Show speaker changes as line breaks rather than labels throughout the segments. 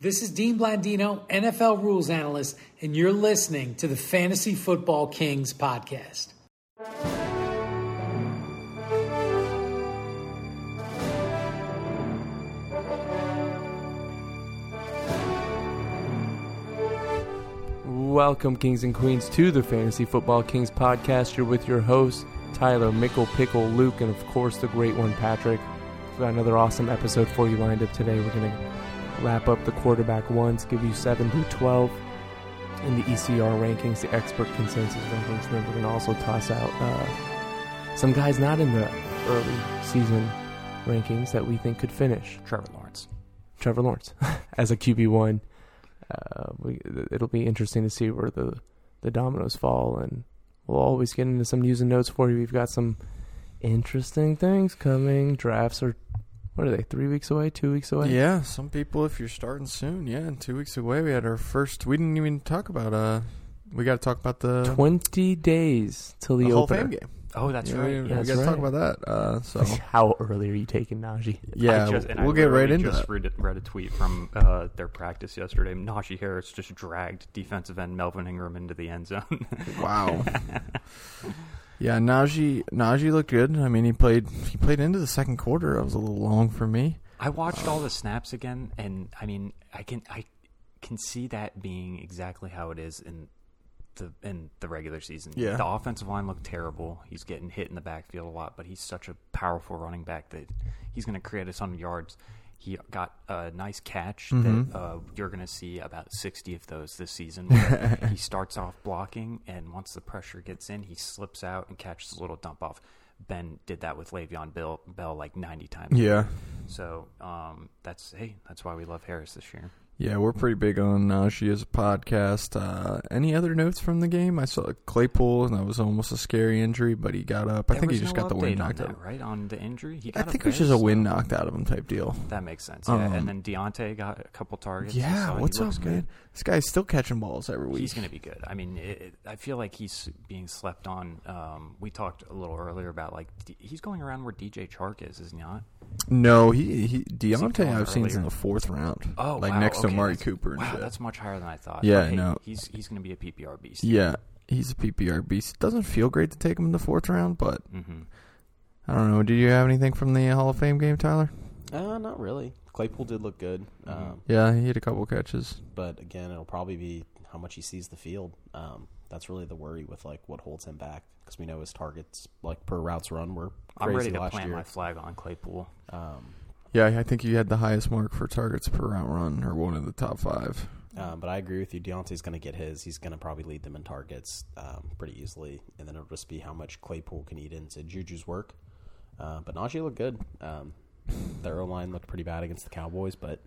This is Dean Blandino, NFL rules analyst, and you're listening to the Fantasy Football Kings podcast.
Welcome, Kings and Queens, to the Fantasy Football Kings podcast. You're with your hosts, Tyler, Mickle, Pickle, Luke, and of course, the great one, Patrick. We've got another awesome episode for you lined up today. We're going to wrap up the quarterback ones, give you 7 through 12 in the ECR rankings, the expert consensus rankings. And then we're going to also toss out uh, some guys not in the early season rankings that we think could finish.
Trevor Lawrence.
Trevor Lawrence as a QB1. Uh, we, it'll be interesting to see where the, the dominoes fall. And we'll always get into some news and notes for you. We've got some interesting things coming. Drafts are what are they? Three weeks away? Two weeks away?
Yeah, some people. If you're starting soon, yeah, and two weeks away, we had our first. We didn't even talk about. Uh, we got to talk about the
Twenty days till the,
the Hall of
opener.
Fame game.
Oh, that's
Yeah,
right.
We, we
That's
got to talk
right.
about that. Uh, so
How early are you taking Najee?
yeah,
I just, and I
we'll get right
literally
into
just
that.
Read, read a tweet from uh, their practice yesterday. Najee Harris just dragged defensive end Melvin Ingram into the end zone.
Wow. yeah, Najee Najee looked good. I mean, he played he played into the second quarter. That was a little long for me.
I watched all the snaps again, and I mean, I can I can see that being exactly how it is in the in the regular season.
Yeah.
the offensive line looked terrible. He's getting hit in the backfield a lot, but he's such a powerful running back that he's going to create a ton of yards. He got a nice catch
Mm-hmm.
that uh, you're going to see about 60 of those this season. Where he starts off blocking, and once the pressure gets in, he slips out and catches a little dump off. Ben did that with Le'Veon Bill, Bell like 90 times.
Yeah.
So um, that's hey, that's why we love Harris this year.
Yeah, we're pretty big on Najee as a podcast. Uh, any other notes from the game? I saw Claypool, and that was almost a scary injury, but he got up. I
There
think he
was
just
no
got the wind
update on
knocked
that,
out. of
right on the injury. He
I
got
think it was just
benched,
a wind
though.
knocked out of him type deal.
That makes sense. Yeah,
Um,
and then Deontay got a couple targets.
Yeah,
so he
what's
looks
up, man?
good.
This guy's still catching balls every week.
He's going to be good. I mean, it, it, I feel like he's being slept on. Um, we talked a little earlier about like D- he's going around where DJ Chark is, is he not?
no, he, he
going
Deontay I've seen is in
earlier?
the fourth round.
Oh,
like
wow,
next to
okay,
Amari
that's-
Cooper and
Wow,
shit.
that's much higher than I thought.
Yeah,
Okay,
no.
he's he's going to be a PPR beast.
yeah, he's a PPR beast. Doesn't feel great to take him in the fourth round, but
hmm
I don't know. Do you have anything from the Hall of Fame game, Tyler?
Uh, not really. Claypool did look good, um,
Yeah, he had a couple catches.
but again, it'll probably be how much he sees the field. Um, that's really the worry with like what holds him back because we know his targets like per routes run were
I'm
crazy
ready to
last
plant my
year.
flag on Claypool.
Um,
Yeah, I think he had the highest mark for targets per route run, or one of the top five.
um, but I agree with you. Deontay's going to get his. He's going to probably lead them in targets um, pretty easily, and then it'll just be how much Claypool can eat into Juju's work. Uh, but Najee looked good. Um, their O line looked pretty bad against the Cowboys, but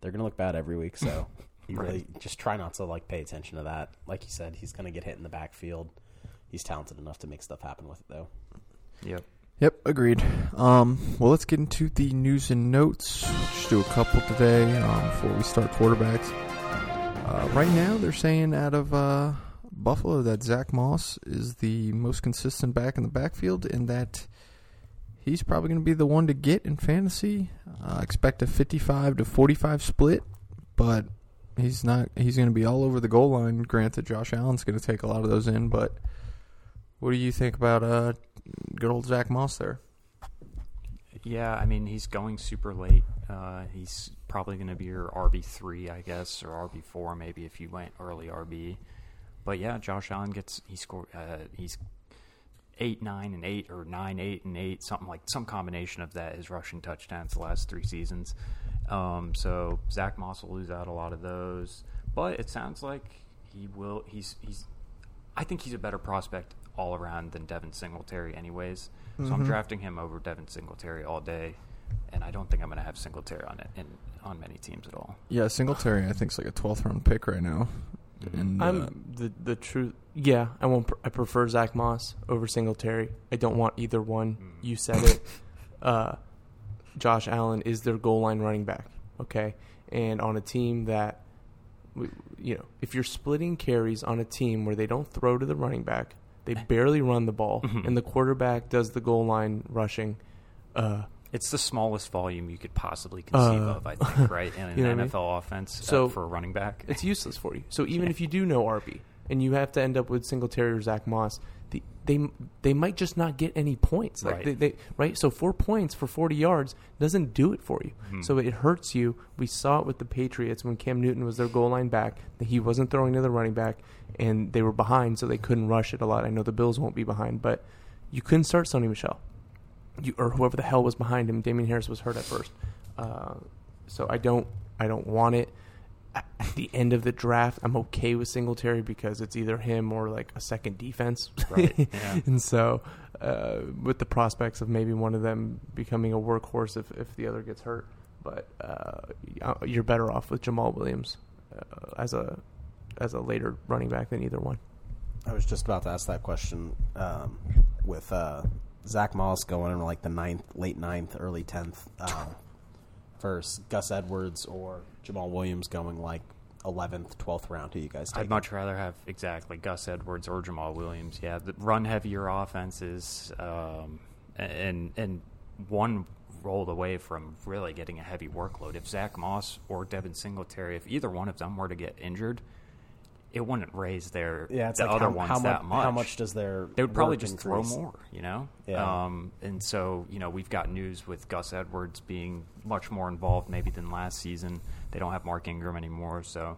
they're going to look bad every week. So you really just try not to like pay attention to that. Like you said, he's going to get hit in the backfield. He's talented enough to make stuff happen with it, though.
Yep.
Yep, agreed. Um, well, let's get into the news and notes. Just do a couple today um, before we start quarterbacks. Uh, right now, they're saying out of uh, Buffalo that Zach Moss is the most consistent back in the backfield, and that he's probably going to be the one to get in fantasy. Uh, expect a 55 to 45 split, but he's not. He's going to be all over the goal line. Granted, Josh Allen's going to take a lot of those in, but what do you think about uh, good old Zach Moss there?
Yeah, I mean he's going super late. Uh, he's probably going to be your RB three, I guess, or RB four maybe if you went early RB. But yeah, Josh Allen gets he scored. Uh, he's eight nine and eight or nine eight and eight something like some combination of that is rushing touchdowns the last three seasons. Um, so Zach Moss will lose out a lot of those, but it sounds like he will. He's he's. I think he's a better prospect all around than Devin Singletary, anyways. So
Mm-hmm.
Mm-hmm.
I'm drafting him over Devin Singletary all day, and I don't think I'm going to have Singletary on it in, on many teams at all.
Yeah, Singletary I think is like a twelfth round pick right now.
Mm-hmm.
And uh,
I'm the the truth. Yeah, I won't. Pr- I prefer Zach Moss over Singletary. I don't want either one. You said it. uh, Josh Allen is their goal line running back. Okay, and on a team that, w- you know, if you're splitting carries on a team where they don't throw to the running back, they barely run the ball, and the quarterback does the goal line rushing. Uh,
It's the smallest volume you could possibly conceive
Uh,
of, I think, right? In an
you know what I mean?
NFL offense uh,
So-
for a running back.
It's useless for you. So even if you do know RB and you have to end up with Singletary or Zach Moss, the, they they might just not get any points. Like
Right.
They, they, right. So four points for forty yards doesn't do it for you. So it hurts you. We saw it with the Patriots when Cam Newton was their goal line back. That he wasn't throwing to the running back, and they were behind, so they couldn't rush it a lot. I know the Bills won't be behind, but you couldn't start Sonny Michelle you, or whoever the hell was behind him. Damien Harris was hurt at first, uh, so I don't I don't want it. At at the end of the draft, I'm okay with Singletary because it's either him or like a second defense,
Right, yeah.
and so uh, with the prospects of maybe one of them becoming a workhorse if if the other gets hurt, but uh, y- you're better off with Jamal Williams uh, as a as a later running back than either one.
I was just about to ask that question um, with uh, Zach Moss going in like the ninth, late ninth, early tenth, uh, versus Gus Edwards or Jamal Williams going like eleventh, twelfth round. Who you guys?
I'd
Take?
much rather have exactly Gus Edwards or Jamal Williams. Yeah, the run heavier offenses, um, and and one rolled away from really getting a heavy workload. If Zach Moss or Devin Singletary, if either one of them were to get injured, it wouldn't raise their
yeah, it's
the
like
other
how,
ones
how
that
much. How much does their
they would probably
work
just
increase?
throw more, you know.
Yeah.
Um, and so you know we've got news with Gus Edwards being much more involved maybe than last season. They don't have Mark Ingram anymore, so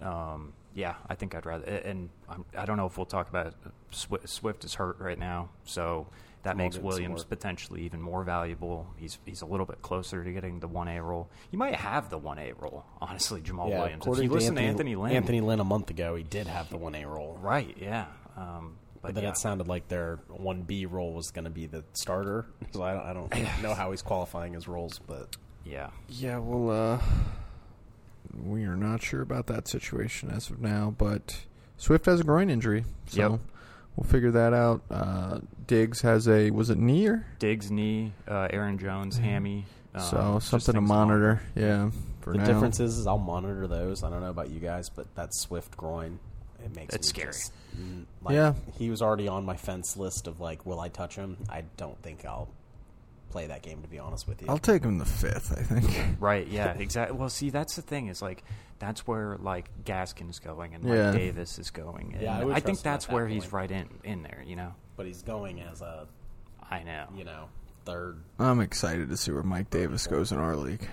um, yeah, I think I'd rather. a- And I'm, I don't know if we'll talk about it. Swi- Swift is hurt right now, so that
We'll
makes
get some
Williams
more.
potentially even more valuable. He's he's a little bit closer to getting the one A role. He might have the one A role, honestly, Jamal
Yeah,
Williams. If
according
you
to
listen
Anthony,
to Anthony Lynn,
Anthony Lynn a month ago, he did have the one A role.
right? Yeah. Um, but
But then
yeah.
it sounded like their one B role was going to be the starter, so I don't, I don't know how he's qualifying his roles. But
yeah.
Yeah, well, uh, we are not sure about that situation as of now, but Swift has a groin injury, so
Yep.
we'll figure that out. Uh, Diggs has a was it knee or
Diggs knee, uh, Aaron Jones hammy. Um,
Mm. so
just
something to
things
monitor. Yeah, for
the
now.
difference is, is I'll monitor those. I don't know about you guys, but that swift groin, it makes
That's
me
scary.
just- mm, like,
Yeah.
he was already on my fence list of like, will I touch him? I don't think I'll play that game to be honest with you.
I'll take him the fifth, I think.
along. Right, yeah, exactly. Well, see, that's the thing is like that's where like Gaskin's going and Mike
Yeah.
Davis is going. And
Yeah, I would
think
trust him at
that's
that
where he's
point.
right in in there. You know,
but he's going as a
I know.
you know third.
I'm excited to see where Mike Davis goes in our league.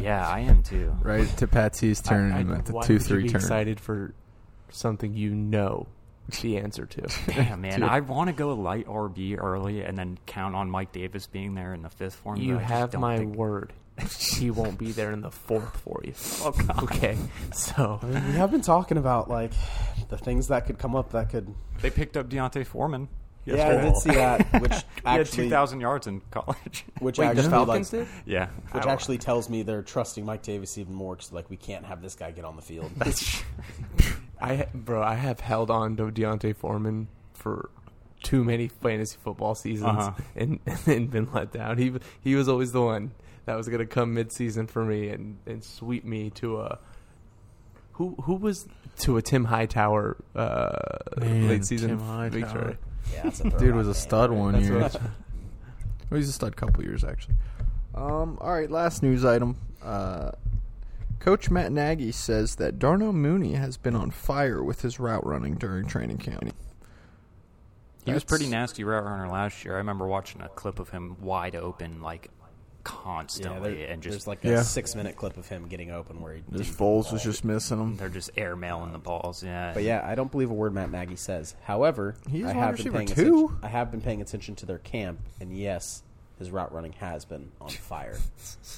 Yeah, I am too.
Right to Patsy's turn and at the
why
two
would you
three
be
turn.
Excited for something you know the answer to.
Damn, man,
Dude.
I want to go light RB early and then count on Mike Davis being there in the fifth form.
You
but I just
have
don't
my
think-
word. he won't be there in the fourth for you. Okay. So
We have been talking about like the things that could come up that could.
They picked up Deontay Foreman.
Yeah, I did see that, which
He had two
actually,
thousand yards in college.
which
wait, the
actually like,
Falcons did?
yeah,
which
I-
actually tells me they're trusting Mike Davis even more because like we can't have this guy get on the field.
That's
I ha- bro, I have held on to Deontay Foreman for too many fantasy football seasons
Uh-huh.
and, and been let down. He he was always the one that was gonna come mid season for me and, and sweep me to a who who was to a Tim Hightower uh,
Man,
late season
Tim
victory.
Hightower.
Yeah, that's a
Dude was a
throwback
stud
name.
one
That's
year.
what I-
Well, Oh, he's just a couple years actually. Um, all right, last news item. Uh, Coach Matt Nagy says that Darno Mooney has been on fire with his route running during training camp.
He was
That's-
pretty nasty route runner last year. I remember watching a clip of him wide open, like
Yeah,
constantly,
there,
and
there's
just like
like a
Yeah.
six-minute clip of him getting open where he
Just
didn't
Foles
ball.
was just missing him.
they're just airmailing the balls. Yeah,
But yeah, I don't believe a word Matt Nagy says. However,
He's
I
wide
have been
receiver
paying
two.
attention. I have been paying attention to their camp, and yes, his route running has been on fire.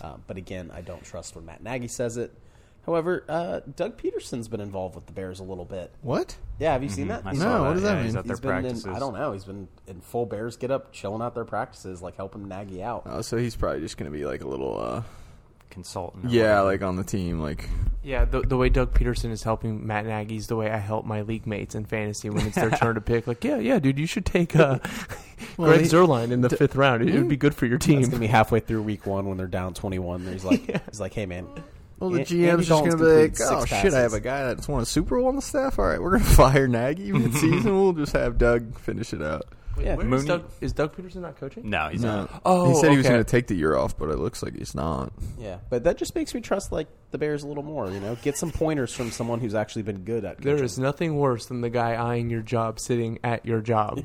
uh, but again, I don't trust when Matt Nagy says it. However, uh, Doug Peterson's been involved with the Bears a little bit.
What?
Yeah, have you seen that?
Mm-hmm. I
He's-
saw
No, what does that
yeah, He's
mean?
at their
he's been
practices.
in, I don't know. He's been in full Bears get up, chilling out their practices, like helping Nagy out.
Oh, so he's probably just gonna be like a little, uh,
Consultant. or
yeah,
whatever.
like on the team, like
Yeah, the, the way Doug Peterson is helping Matt Nagy's the way I help my league mates in fantasy when it's their turn to pick. Like, yeah, yeah, dude, you should take uh,
Well,
Greg
he-
Zerline in the fifth round. It would be good for your
It's gonna
team.
be halfway through week one when they're down twenty-one. He's like, he's like, hey man.
Well, the
An- Andy
GM's just
Dalton's
going to be like,
completed
oh,
six
shit, I have
passes."
a guy that's won a Super Bowl on the staff. All right, we're going to fire Nagy mid-season. we'll just have Doug finish it out.
Wait,
Yeah,
where is
Mooney-
Doug, is Doug Peterson not coaching?
No, he's
No.
not.
Oh,
he said he was
okay.
going to take the year off, but it looks like he's not.
Yeah, but that just makes me trust like the Bears a little more. You know, get some pointers from someone who's actually been good at.
There
coaching.
is nothing worse than the guy eyeing your job sitting at your job.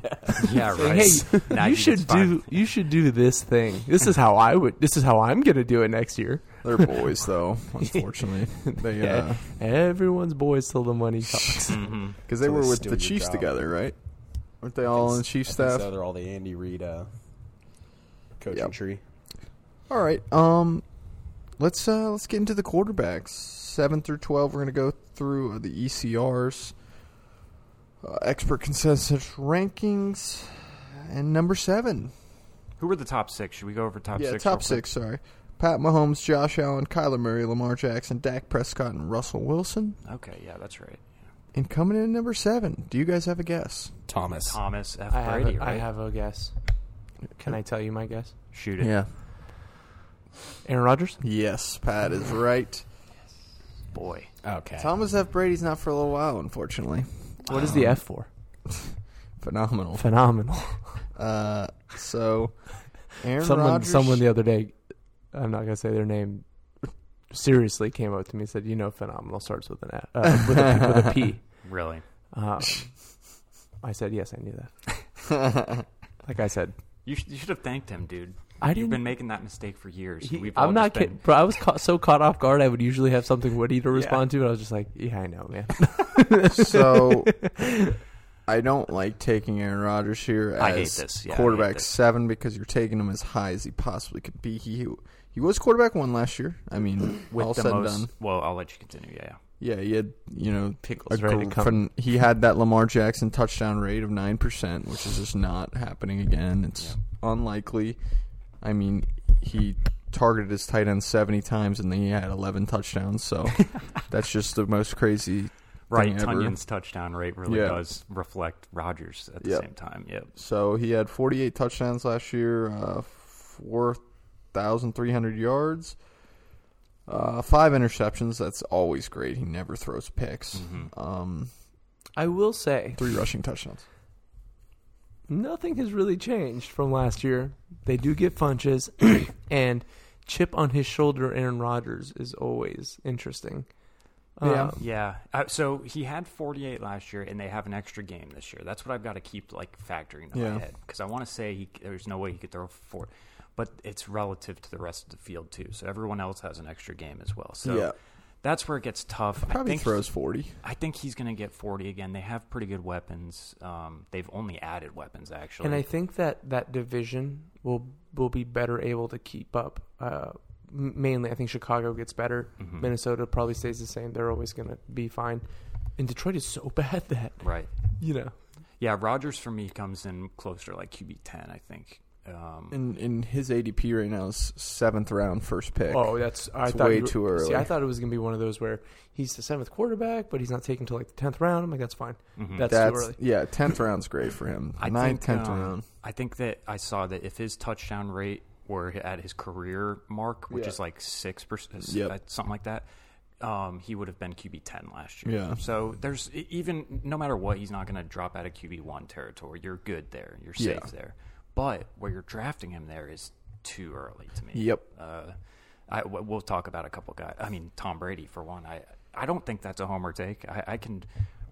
Yeah,
Saying,
right.
hey,
Now
you
he
should
gets fined.
do you should do this thing. This is how I would this is how I'm gonna do it next year.
They're boys, though. Unfortunately, they uh, because
Everyone's boys till the money talks.
Mm-hmm.
they
So
were
they
with
steal
the
your
Chiefs
job.
together, right? Weren't they all on the Chiefs
I think
staff?
So they're all the Andy Reid uh, coaching
Yep.
tree.
All right. Um, let's uh let's get into the quarterbacks. Seven through twelve. We're gonna go through uh, the ECRs, uh, expert consensus rankings, and number seven.
Who were the top six? Should we go over top
yeah,
six?
top
real quick?
six. Sorry. Pat Mahomes, Josh Allen, Kyler Murray, Lamar Jackson, Dak Prescott, and Russell Wilson.
Okay, yeah, that's right.
And coming in at number seven, do you guys have a guess?
Thomas.
Thomas F.
I have,
Brady,
a,
right?
I have a guess. Can I tell you my guess?
Shoot it.
Aaron Rodgers?
Yes, Pat is right.
Boy.
Okay.
Thomas F. Brady's not for a little while, unfortunately.
What is the F for?
Phenomenal.
Phenomenal.
Uh, so Aaron
someone
Rodgers.
someone the other day I'm not gonna say their name seriously came up to me and said, You know phenomenal starts with an F uh, with, a, with a P.
Really?
Um, I said, yes, I knew that. like I said,
You, sh- you should have thanked him, dude.
I
You've
didn't-
been making that mistake for years.
he-
We've all
I'm not
just been-
kidding. Bro, I was caught, so caught off guard, I would usually have something witty to respond to, and I was just like, yeah, I know, man.
so I don't like taking Aaron Rodgers here as
I hate this. Yeah, I hate
quarterback
this.
seven because you're taking him as high as he possibly could be. He he was quarterback one last year. I mean,
With
all
the
said and
most,
done.
Well, I'll let you continue. Yeah, yeah.
Yeah, he had you know
Pickles ready to come.
phen- he had that Lamar Jackson touchdown rate of nine percent, which is just not happening again. It's unlikely. I mean, he targeted his tight end seventy times and then he had eleven touchdowns. So that's just the most crazy
Right.
thing ever.
Tunyon's touchdown rate really
Yeah.
does reflect Rodgers at the
Yep.
same time. Yep.
So he had 48 touchdowns last year, uh, 4,300 yards, uh, five interceptions. That's always great. He never throws picks.
Mm-hmm.
Um,
I will say,
three rushing touchdowns.
nothing has really changed from last year. They do get punches, and chip on his shoulder, Aaron Rodgers, is always interesting. Um,
Yeah.
Yeah. Uh, so he had 48 last year, and they have an extra game this year. That's what I've got to keep like factoring in
Yeah.
my head because I want to say he, there's no way he could throw four, but it's relative to the rest of the field too. So everyone else has an extra game as well. So
Yeah.
that's where it gets tough. I
Probably
think
throws 40.
I think he's going to get 40 again. They have pretty good weapons. Um, they've only added weapons actually.
And I think that that division will will be better able to keep up. Uh, m- mainly, I think Chicago gets better.
Mm-hmm.
Minnesota probably stays the same. They're always going to be fine. And Detroit is so bad that
right.
you know.
Yeah, Rogers for me comes in closer like QB 10, I think. Um,
And, and his ADP right now is seventh round first pick.
Oh, that's I
It's
thought
way
you were-
too early.
See, I thought it was going to be one of those where he's the seventh quarterback, but he's not taken till like the tenth round. I'm like, that's fine. That's,
Mm-hmm. That's,
too early.
yeah, 10th round's great for him.
I
Ninth,
think,
10th
um,
round.
I think that I saw that if his touchdown rate were at his career mark, which
Yeah.
is like six percent,
Yep.
something like that, um, he would have been QB ten last year.
Yeah.
So there's e- even no matter what, he's not going to drop out of QB one territory. You're good there. You're safe
Yeah.
there. But where you're drafting him there is too early to me.
Yep.
Uh, I, w- we'll talk about a couple guys. I mean, Tom Brady for one. I I don't think that's a homer take. I, I can.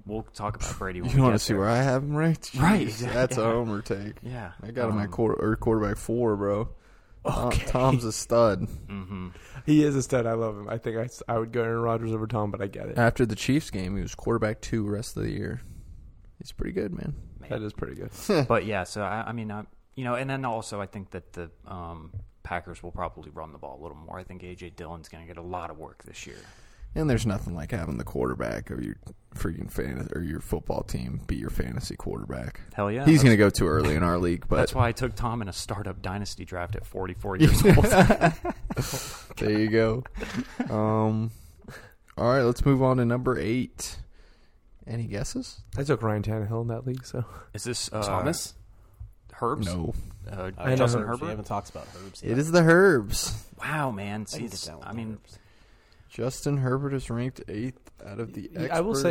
We'll talk about Brady. When
You
want to
see where I have him ranked?
Right,
Jeez, That's
yeah.
a homer take.
Yeah.
I got him at
Um,
quarter, or quarterback four, bro. Tom-
Okay.
Tom's a stud.
Mm.
He is a stud. I love him. I think I, s- I would go Aaron Rodgers over Tom, but I get it.
After the Chiefs game, he was quarterback two rest of the year. He's pretty good, man.
That is pretty good.
but yeah, so I, I mean, I, you know, and then also I think that the um, Packers will probably run the ball a little more. I think AJ Dillon's going to get a lot of work this year.
And there's nothing like having the quarterback of your freaking fan or your football team be your fantasy quarterback.
Hell yeah,
He's
that's,
going to go too early in our league, but
that's why I took Tom in a startup dynasty draft at 44 years old.
there you go. Um, all right, let's move on to number eight. Any guesses?
I took Ryan Tannehill in that league, so
Is this uh,
Thomas.
Herbs?
No,
Uh,
Uh,
Justin
Herbs. We
Herbert?
haven't talked about Herbs.
it
yet.
is the Herbs.
Wow, man.
I
See,
can get
it's-
down with
I mean,
Herbs.
Justin Herbert is ranked eighth out of the
I will say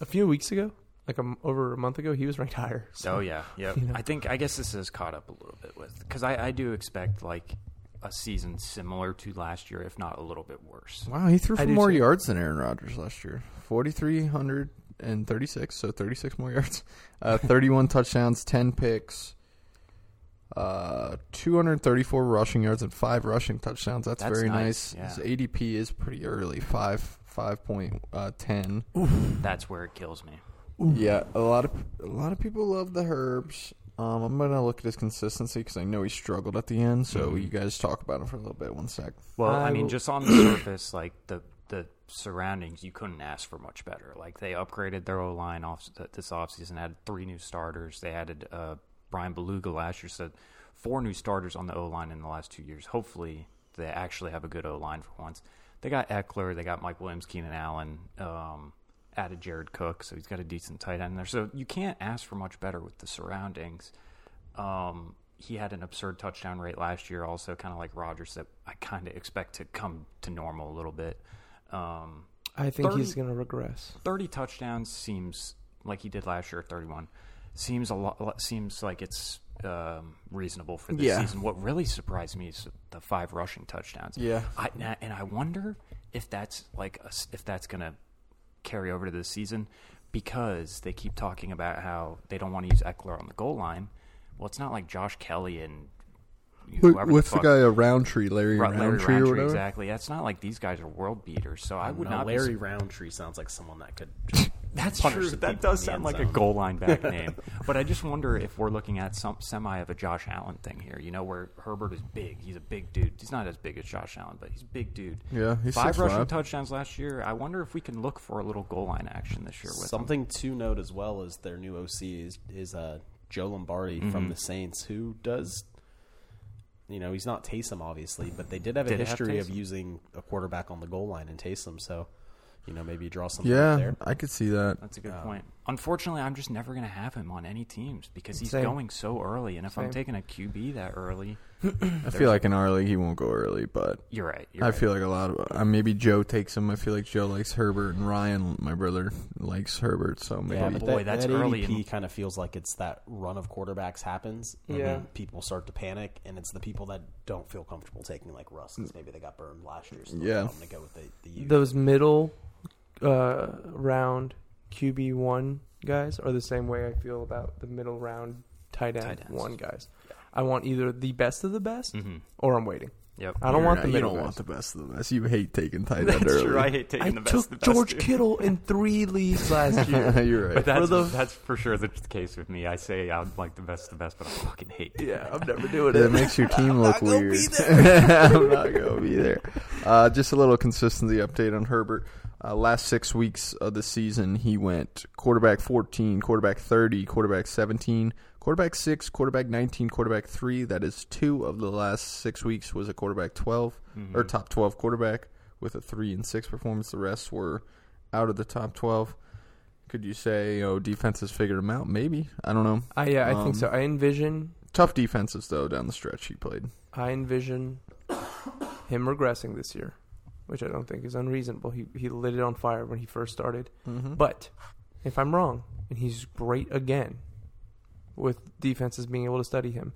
a few weeks ago like a m over a month ago, he was ranked higher.
Oh yeah, yeah.
you know.
I think I guess this has caught up a little bit with because I, I do expect like a season similar to last year, if not a little bit worse.
Wow, he threw
I
for
do
more
too.
yards than Aaron Rodgers last year. 4,336, so 36 more yards. Uh, 31 touchdowns, 10 picks, uh, 234 rushing yards, and 5 rushing touchdowns. That's,
That's
very nice.
nice,
His
yeah.
ADP is pretty early, 5, 5.10.
That's where it kills me.
uh, Yeah, a lot of a lot of people love the herbs. Um, I'm gonna look at his consistency because I know he struggled at the end. So
Mm-hmm.
you guys talk about him for a little bit. One sec.
Well,
I
I, mean,
will-
just on the surface, like the the surroundings, you couldn't ask for much better. Like they upgraded their O line off th- this offseason, had three new starters. They added uh, Brian Beluga last year, so four new starters on the O line in the last two years. Hopefully, they actually have a good O line for once. They got Eckler, they got Mike Williams, Keenan Allen, um, added Jared Cook, so he's got a decent tight end there. So you can't ask for much better with the surroundings. Um, he had an absurd touchdown rate last year, also kind of like Rodgers that I kind of expect to come to normal a little bit. Um,
I think
30
he's going to regress.
30 touchdowns seems like he did last year at 31 seems a lot seems like it's um, reasonable for this
Yeah.
season what really surprised me is the five rushing touchdowns
Yeah.
I, and I- and I wonder if that's like a s if that's gonna carry over to this season because they keep talking about how they don't want to use Eckler on the goal line well it's not like Josh Kelly and whoever
What's the,
fuck-
guy? A Roundtree, Larry
Ru- Larry
Roundtree or
Roundtree,
whatever.
exactly that's not like these guys are world beaters so I,
I
would
would know,
not be
Larry Roundtree sounds like someone that could. just
That's
punish
true.
the
That
people
does
in
sound
the
like
end
a
zone.
goal line back name. But I just wonder if we're looking at some semi of a Josh Allen thing here. You know, where Herbert is big. He's a big dude. He's not as big as Josh Allen, but he's a big dude.
Yeah, he's
five
6'5".
rushing touchdowns last year. I wonder if we can look for a little goal line action this year with him.
Something to note as well is their new OC is, is uh, Joe Lombardi
Mm-hmm.
from the Saints, who does, you know, he's not Taysom obviously, but they did have a
Did they have
history of
Taysom?
using a quarterback on the goal line and Taysom, so you know maybe you draw something up
Yeah,
there.
I could see that.
That's a good point. Unfortunately, I'm just never going to have him on any teams because he's
Same.
going so early. And if
Same.
I'm taking a QB that early,
I feel like in our league he won't go early, but
you're right. You're
I
right.
feel like a lot of uh, maybe Joe takes him. I feel like Joe likes Herbert and Ryan, my brother, likes Herbert. So maybe
Yeah,
but
but
boy,
that,
that's
that
early
ADP
in-
kind of feels like it's that run of quarterbacks happens. and
Yeah.
then people start to panic, and it's the people that don't feel comfortable taking like Russ
Mm.
because maybe they got burned last year. So
Yeah.
I'm going to go with the, the youth.
Those middle uh, round QB one guys are the same way I feel about the middle round tight end
Tight ends.
one guys. I want either the best of the best,
Mhm.
or I'm waiting.
Yep.
I don't
You're
want
not-
the
You
middle
don't
guys.
want the best of the best. You hate taking tight end early.
I hate taking
I
the best.
took
the best
George
dude.
Kittle in three leagues last year.
You're right.
But that's,
For the-
that's for sure the case with me. I say I'm like the best of the best, but I fucking hate it.
yeah, I'm never doing
That
it.
makes your team look
gonna
weird.
be
I'm not gonna be there. Uh, just a little consistency update on Herbert. Uh, last six weeks of the season, he went quarterback 14, quarterback 30, quarterback 17, quarterback 6, quarterback 19, quarterback 3. That is two of the last six weeks was a quarterback 12
Mm-hmm.
or top 12 quarterback with a 3 and 6 performance. The rest were out of the top 12. Could you say, oh, defenses figured him out? Maybe. I don't know.
I, yeah, I
Um,
think so. I envision,
Tough defenses, though, down the stretch he played.
I envision him regressing this year, which I don't think is unreasonable. He he lit it on fire when he first started.
Mm-hmm.
But if I'm wrong and he's great again, with defenses being able to study him,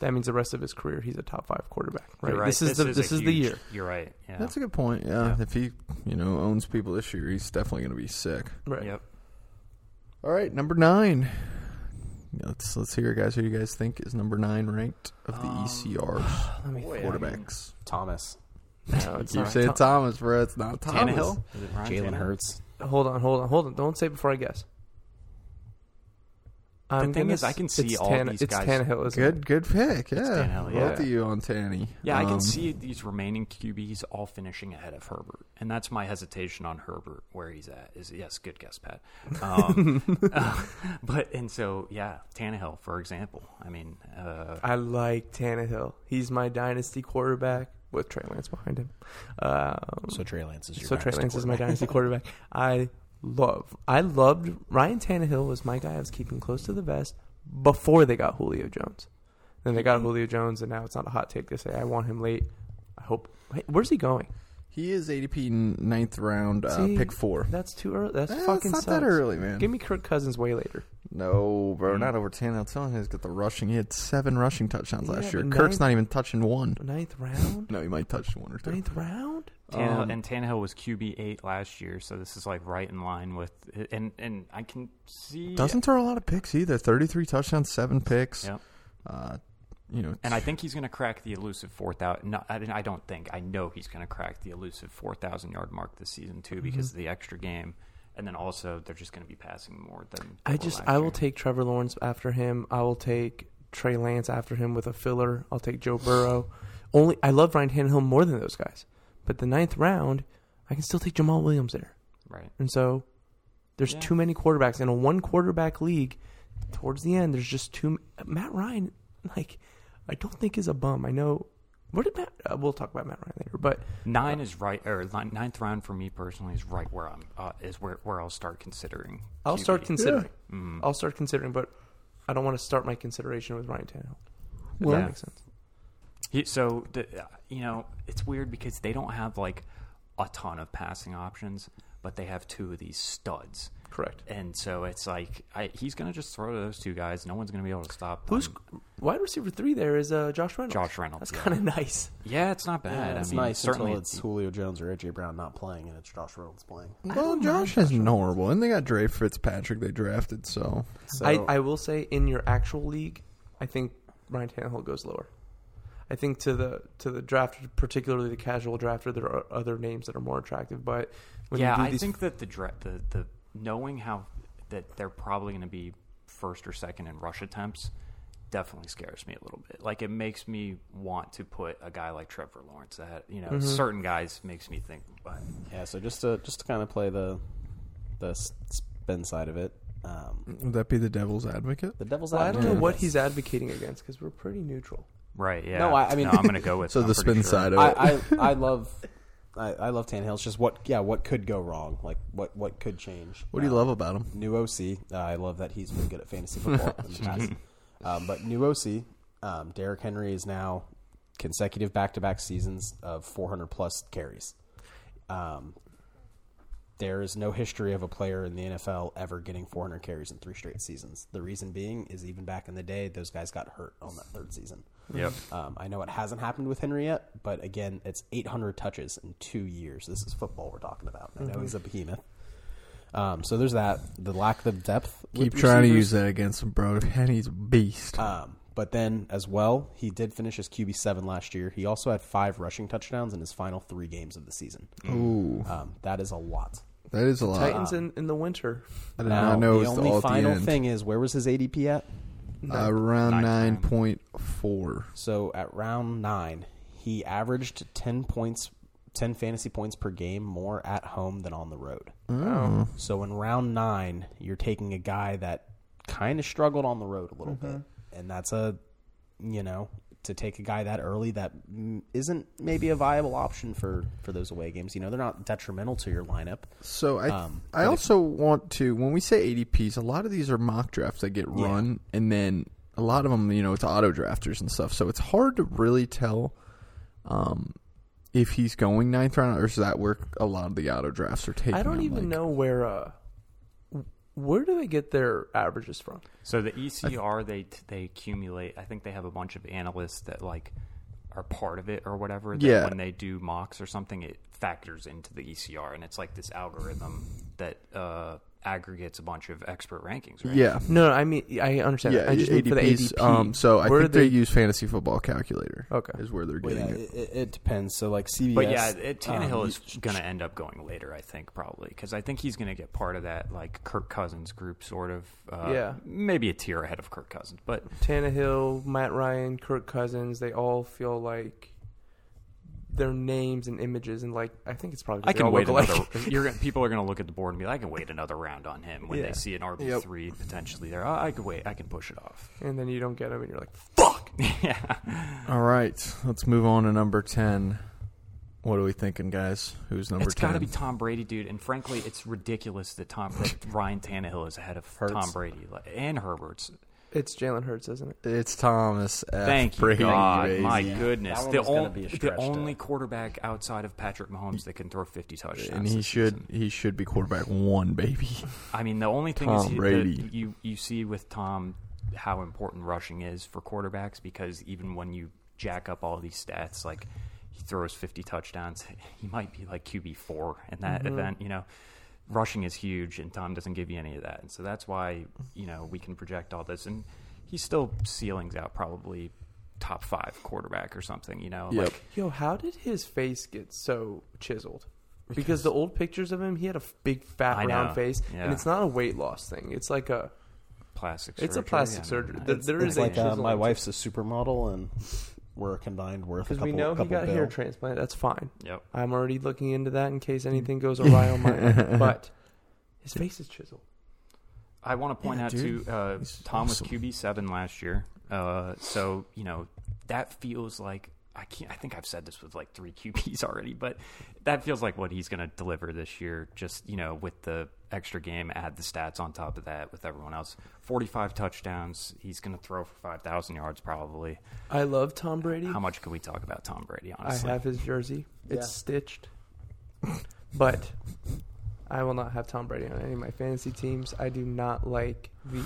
that means the rest of his career he's a top five quarterback. Right.
You're right.
This is the
a
this is the
huge-
year.
You're right. Yeah.
That's a good point. Yeah.
Yeah.
if he you know owns people this year, he's definitely going to be sick.
Right.
Yep.
All right, number nine. Yeah, Let's let's hear, it, guys. Who do you guys think is number nine ranked of the
Um,
ECR
Let me
Boy,
think.
quarterbacks?
Thomas,
No, it's
you
not.
saying
Tom-
Thomas, bro? It's not Thomas.
Tannehill. Is it Ryan
Jalen
Tannehill?
Hurts.
Hold on, hold on, hold on. Don't say it before I guess. I'm
thing
gonna
is, I can
s-
see
it's
all
Tan-
these
it's
guys-
Tannehill, isn't it?
Good, good pick. Yeah,
Tannehill,
both
yeah.
of you on Tanny.
Yeah, I
Um,
can see these remaining QBs all finishing ahead of Herbert, and that's my hesitation on Herbert where he's at. Is yes, good guess, Pat. Um, uh, but and so yeah, Tannehill, for example. I mean, uh,
I like Tannehill. He's my dynasty quarterback with Trey Lance behind him. Um,
So Trey Lance is your
so Trey
dynasty
Lance is my
quarterback.
dynasty quarterback. I love. I loved Ryan Tannehill was my guy. I was keeping close to the vest before they got Julio Jones.
Mm-hmm.
Then they got Julio Jones, and now it's not a hot take to say I want him late. I hope. Wait, where's he going?
He is ADP n- ninth round uh,
See,
pick four.
That's too early. That's
Eh, it's
fucking
not
sucks.
that early, man.
Give me Kirk Cousins way later.
No, bro, not over ten. I'm telling you, he's got the rushing. He had seven rushing touchdowns
Yeah,
last year.
but
Kirk's
ninth-
not even touching one.
Ninth round.
No, he might touch one or two.
Ninth round.
Tannehill,
Um,
and Tannehill was QB eight last year, so this is like right in line with. And and I can see
Doesn't throw a lot of picks either. Thirty-three touchdowns, seven picks.
Yep.
Uh, you know,
And I think he's going to crack the elusive 4,000. No, I, didn't- I don't think. I know he's going to crack the elusive 4,000 yard mark this season, too,
Mm-hmm.
because of the extra game. And then also, they're just going to be passing more than.
I
they were
just
last
I
year.
will take Trevor Lawrence after him. I will take Trey Lance after him with a filler. I'll take Joe Burrow. Only I love Ryan Tannehill more than those guys. But the ninth round, I can still take Jamal Williams there.
Right.
And so there's
Yeah.
too many quarterbacks in a one quarterback league. Towards the end, there's just too m- Matt Ryan. Like I don't think is a bum. I know. Where did Matt? Uh, we'll talk about Matt Ryan later. But
Nine is right, or li- ninth round for me personally is right where I'm, uh, is where, where I'll start considering.
I'll
QB.
start considering.
Mm.
I'll start considering. But I don't want to start my consideration with Ryan Tannehill. If
Well-
that makes sense.
He, so the, uh, you know it's weird because they don't have like a ton of passing options, but they have two of these studs,
Correct.
and so it's like I, he's going to just throw to those two guys. No one's going to be able to stop.
Who's
them.
wide receiver three? There is uh, Josh Reynolds.
Josh
That's
Reynolds?
kind of nice.
yeah, it's not
Yeah,
bad.
it's
Uh, I mean,
nice
certainly
until it's Julio Jones or AJ Brown not playing, and it's Josh Reynolds playing.
well, Josh isn't horrible, and they got Dre Fitzpatrick they drafted. So
So
I, I will say in your actual league, I think Ryan Tannehill goes lower. I think to the to the draft, particularly the casual drafter, there are other names that are more attractive. But when you
yeah,
do
I
these,
think that the, dra- the the knowing how that they're probably going to be first or second in rush attempts definitely scares me a little bit. Like it makes me want to put a guy like Trevor Lawrence that you know certain guys makes me think. But
yeah, so just to just to kind of play the the s- spin side of it, um,
would that be the devil's advocate?
the Devil's.
well, I don't know
advocate
what
is-
he's advocating against because we're pretty neutral.
Right. Yeah.
I- I mean-
I'm going to go with.
So
I'm
the
pretty
spin
sure.
side of it.
I, I I love I, I love Tannehill. It's just what yeah what could go wrong like what what could change.
what do you
Um,
love about him?
New OC. Uh, I love that he's been good at fantasy football in the past. Um, but new OC, um, Derrick Henry is now consecutive back-to-back seasons of 400 plus carries. Um, there is no history of a player in the NFL ever getting 400 carries in three straight seasons. The reason being is even back in the day, those guys got hurt on that third season.
Yep.
Um, I know it hasn't happened with Henry yet, but again, it's 800 touches in two years. This is football we're talking about. I
Mm-hmm.
know he's a behemoth. Um, so there's that. The lack of depth. with
Keep trying to
receivers.
use that against him, bro. Henny's a beast.
Um, but then as well, he did finish his QB seven last year. He also had five rushing touchdowns in his final three games of the season.
Ooh,
Um, that is a lot.
that is a
Uh,
lot.
Titans in, in the winter.
I did
Now,
not know it
the
was the
only
all at the
final
end.
thing is where was his ADP at?
Uh, around nine
Nine.
point four.
So at round nine, he averaged ten points, ten fantasy points per game more at home than on the road.
Oh.
So in round nine, you're taking a guy that kind of struggled on the road a little
Mm-hmm.
bit, and that's a, you know, to take a guy that early that mm, isn't maybe a viable option for for those away games. You know, they're not detrimental to your lineup.
So I
Um,
I
but
also want to when we say ADPs, a lot of these are mock drafts that get run, and then a lot of them, you know, it's auto drafters and stuff. So it's hard to really tell um, if he's going ninth round, or is that where a lot of the auto drafts are taking?
I don't
him,
even
like-
know where. Uh, where do they get their averages from?
So the ECR they they accumulate. I think they have a bunch of analysts that like are part of it or whatever. That
Yeah.
When they do mocks or something, it factors into the ECR, and it's like this algorithm that uh, aggregates a bunch of expert rankings. Right?
Yeah,
No, no I mean I understand.
yeah.
that. I just mean for the
ADPs.
ADP.
Um, so I
Where
think
do
they, use fantasy football calculator.
Okay.
is where they're
Well,
getting
yeah,
it.
it, it, it depends. So like CBS,
But yeah, it, Tannehill
um,
is going to end up going later, I think, probably because I think he's going to get part of that like Kirk Cousins group, sort of. Uh,
Yeah.
Maybe a tier ahead of Kirk Cousins, but
Tannehill, Matt Ryan, Kirk Cousins, they all feel like their names and images and like I think it's probably 'cause
I
they
can
all
wait
look alike.
another. You're, gonna- people are going to look at the board and be like, "I can wait another round on him." When
Yeah.
they see an RB three potentially there, oh, I can wait. I can push it off.
and then you don't get them and you're like
Fuck. yeah.
All right, let's move on to number ten. What are we thinking, guys? Who's number
it's
ten?
got to be Tom Brady, dude. And frankly, it's ridiculous that Tom that Ryan Tannehill is ahead of
Hurts.
Tom Brady like- and Herbert's.
It's Jalen Hurts, isn't it?
It's Thomas F.
Thank you,
Brady,
God.
baby.
My goodness.
That one
The,
was gonna
on-
be a
the
stretch to-
only quarterback outside of Patrick Mahomes that can throw 50 touchdowns.
and he
this
should
season.
he should be quarterback one, baby.
I mean, the only thing
Tom
is he,
Brady.
that you, you see with Tom how important rushing is for quarterbacks because even when you jack up all these stats, like he throws 50 touchdowns, he might be like QB4 in that
Mm-hmm.
event, you know. Rushing is huge, and Tom doesn't give you any of that. And so that's why, you know, we can project all this. And he's still ceilings out probably top five quarterback or something, you know.
Yep.
Like,
Yo, how did his face get so chiseled? Because, the old pictures of him, he had a f- big fat
I
round
know,
face,
yeah.
and it's not a weight loss thing. It's like a
plastic surgery.
It's a plastic
I mean,
surgery.
I-
The- There
it's
is a
like uh,
chisel
my
on it.
wife's a supermodel, and we're a combined worth a
because
couple.
we know he
couple
got a hair
bill. Mm.
transplant. That's fine.
Yep.
I'm already looking into that in case anything goes awry on my end. But his face is chiseled.
I want to point
Yeah,
out
dude.
too. Uh,
He's
Tom
awesome.
was QB seven last year, uh, so you know that feels like I can't. I think I've said this with like three QBs already, but that feels like what he's going to deliver this year. Just you know, with the extra game, add the stats on top of that with everyone else. Forty-five touchdowns. He's going to throw for five thousand yards probably.
I love Tom Brady.
How much can we talk about Tom Brady?
I
Honestly,
have his jersey. It's
Yeah.
stitched. But I will not have Tom Brady on any of my fantasy teams. I do not like the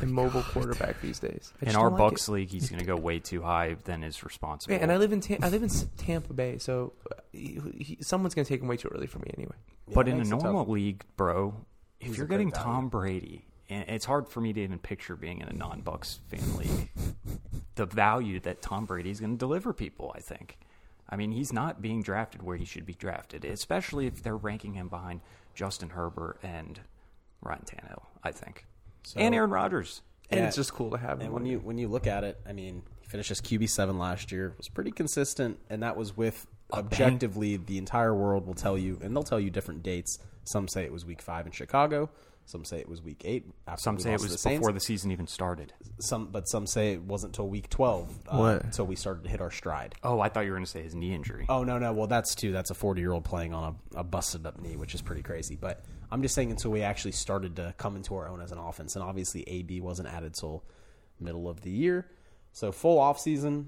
immobile quarterback these days. I
in
just
our
don't like
Bucks league, he's going to go way too high than is
it.
responsible.
Man, and I live in Tam- I live in S- Tampa Bay, so uh, he, he, someone's going to take him way too early for me anyway.
Yeah,
But
it
in a
makes it tough.
normal league, bro, if
He's a
you're
great
getting
value.
Tom Brady, and it's hard for me to even picture being in a non-Bucks fan league, the value that Tom Brady is going to deliver people, I think. I mean, he's not being drafted where he should be drafted, especially if they're ranking him behind Justin Herbert and Ryan Tannehill, I think.
So-
and Aaron Rodgers.
And
Yeah.
it's just cool to have him.
And
on
when you when you look at it, I mean, he finished as QB seven last year. Was pretty consistent, and that was with objectively the entire world will tell you, and they'll tell you different dates. Some say it was week five in Chicago. Some say it was week eight. After
Some
we
say it
lost to
was
the Saints.
before the season even started.
Some, but some say it wasn't till week twelve. Uh,
What?
Until we started to hit our stride.
Oh, I thought you were going to say his knee injury.
Oh no, no. Well, that's too. That's a forty-year-old playing on a, a busted-up knee, which is pretty crazy. But I'm just saying, until we actually started to come into our own as an offense, and obviously AB wasn't added till middle of the year, so full offseason,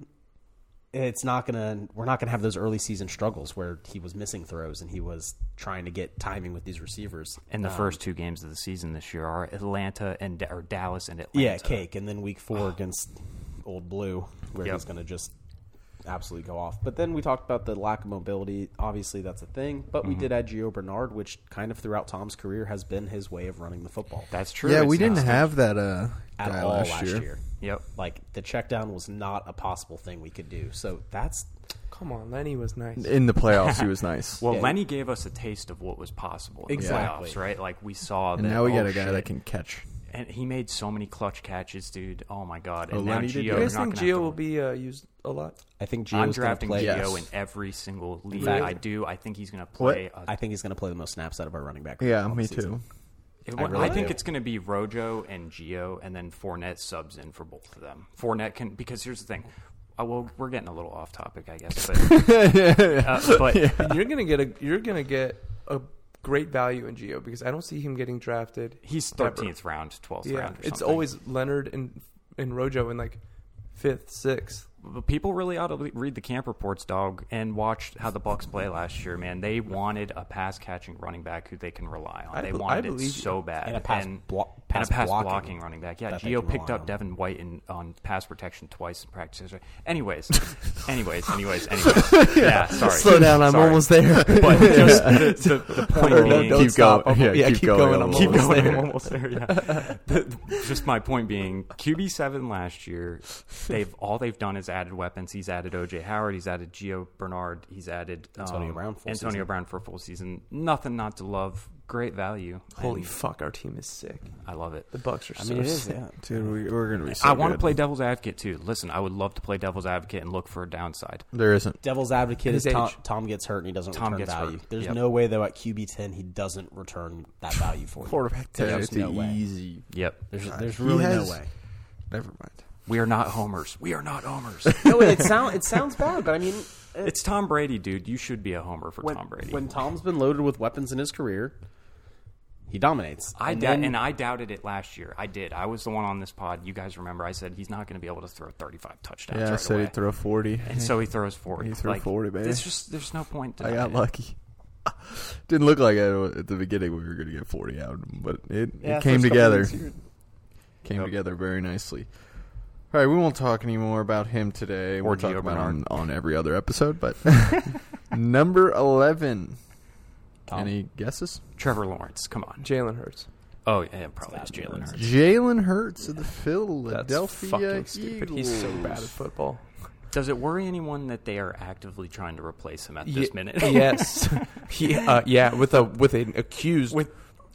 it's not gonna. We're not gonna have those early season struggles where he was missing throws and he was trying to get timing with these receivers.
And the
Um,
first two games of the season this year are Atlanta and or Dallas and Atlanta.
yeah, cake, and then week four against Old Blue, where
Yep.
he's gonna just absolutely go off. But then we talked about the lack of mobility. Obviously, that's a thing. But
Mm-hmm.
we did add Gio Bernard, which kind of throughout Tom's career has been his way of running the football
That's true.
yeah,
It's
we
not
didn't
stupid.
have that uh,
at
guy
all
last, year.
Yep.
Like the check down was not a possible thing we could do. So that's
Come on, Lenny was nice.
In the playoffs, he was nice.
Well,
Yeah.
Lenny gave us a taste of what was possible in
Exactly.
the playoffs, right? Like we saw
and
that.
now we got
oh,
a guy
shit.
that can catch.
And he made so many clutch catches, dude. Oh my god! And
Oh,
now
Lenny did
Gio,
that.
you
you're
guys
not
think
gonna have
Gio
to-
will be uh, used a lot?
I think Gio
I'm
is going to
drafting Gio
play.
Yes.
in every single league.
fact-
I do. I think he's going to play. A,
I think he's going to play the most snaps out of our running back.
Yeah,
all
me
season.
too.
it-
I
I,
really
think
do.
it's going to be Rojo and Gio, and then Fournette subs in for both of them. Fournette can because here's the thing. Oh, well, we're getting a little off topic, I guess, but uh, but
you're gonna get a you're gonna get a great value in Geo because I don't see him getting drafted.
he's
ever.
13th round, 12th
Yeah,
round. Or
it's
something.
always Leonard and and Rojo in like fifth, sixth.
But people really ought to le- read the camp reports, dog, and watch how the Bucks play last year. Man, they wanted a pass catching running back who they can rely on.
I
they
be- I
wanted it
believe
so
you.
bad,
And a pass blo-
and
pass
a pass
blocking
blocking, running back. Yeah,
that they
Gio
can
picked
rely
up
on.
Devin White in, on pass protection twice in practice. Anyways, anyways, anyways, anyways. yeah, sorry.
Slow down, I'm
Sorry.
almost there.
But just the, the, the point
No,
being,
don't
keep
stop.
going.
I'm-
Yeah, keep going.
I'm
I'm
keep
almost
going.
there.
I'm almost there. Yeah. The- just my point being, QB seven last year, they've all they've done is added weapons. He's added OJ Howard. He's added Gio Bernard. He's added um,
Antonio Brown full
Antonio
season.
Brown for a full season. Nothing not to love. Great value.
Holy
And
fuck, our team is sick.
I love it.
The Bucks are
I
so
mean, it is.
sick.
Yeah.
Dude, we, we're going to be so
I want to
good.
play devil's advocate too. Listen, I would love to play devil's advocate and look for a downside.
There isn't.
Devil's advocate
His
is Tom,
age.
Tom gets hurt and he doesn't
Tom
return
gets
value.
hurt.
There's
Yep.
no way though at QB ten he doesn't return that value for you.
Quarterback
There's
test.
no way.
easy.
Yep.
There's
God,
there's
he
really
has-
no way.
Never mind.
We are not homers. We are not homers.
No, it sounds it sounds bad, but I mean,
it's Tom Brady, dude. You should be a homer for
when,
Tom Brady.
when Tom's been loaded with weapons in his career, He dominates.
I
and
dou-
then-
and I doubted it last year. I did. I was the one on this pod. You guys remember? I said he's not going to be able to throw 35 touchdowns.
Yeah, I
right
said
away.
he'd throw 40.
And so he throws 40.
He threw
Like,
40, baby.
It's just there's no point.
I
denying
got
it.
lucky. Didn't look like it at the beginning we were going to get 40 out, of him, but it,
Yeah,
it came
first couple
together.
weeks, you're-
Came together very nicely. All right, we won't talk anymore about him today.
Or
we'll talk
Gio
about him on every other episode, but number 11.
Tom.
Any guesses?
Trevor Lawrence. Come on.
Jalen Hurts.
Oh yeah, it probably is Jalen Hurts.
Jalen Hurts of the
That's
Philadelphia
fucking stupid.
Eagles.
He's so bad at football.
Does it worry anyone that they are actively trying to replace him at this
Ye-
minute?
yes. He, uh, yeah, with a with an accused,
With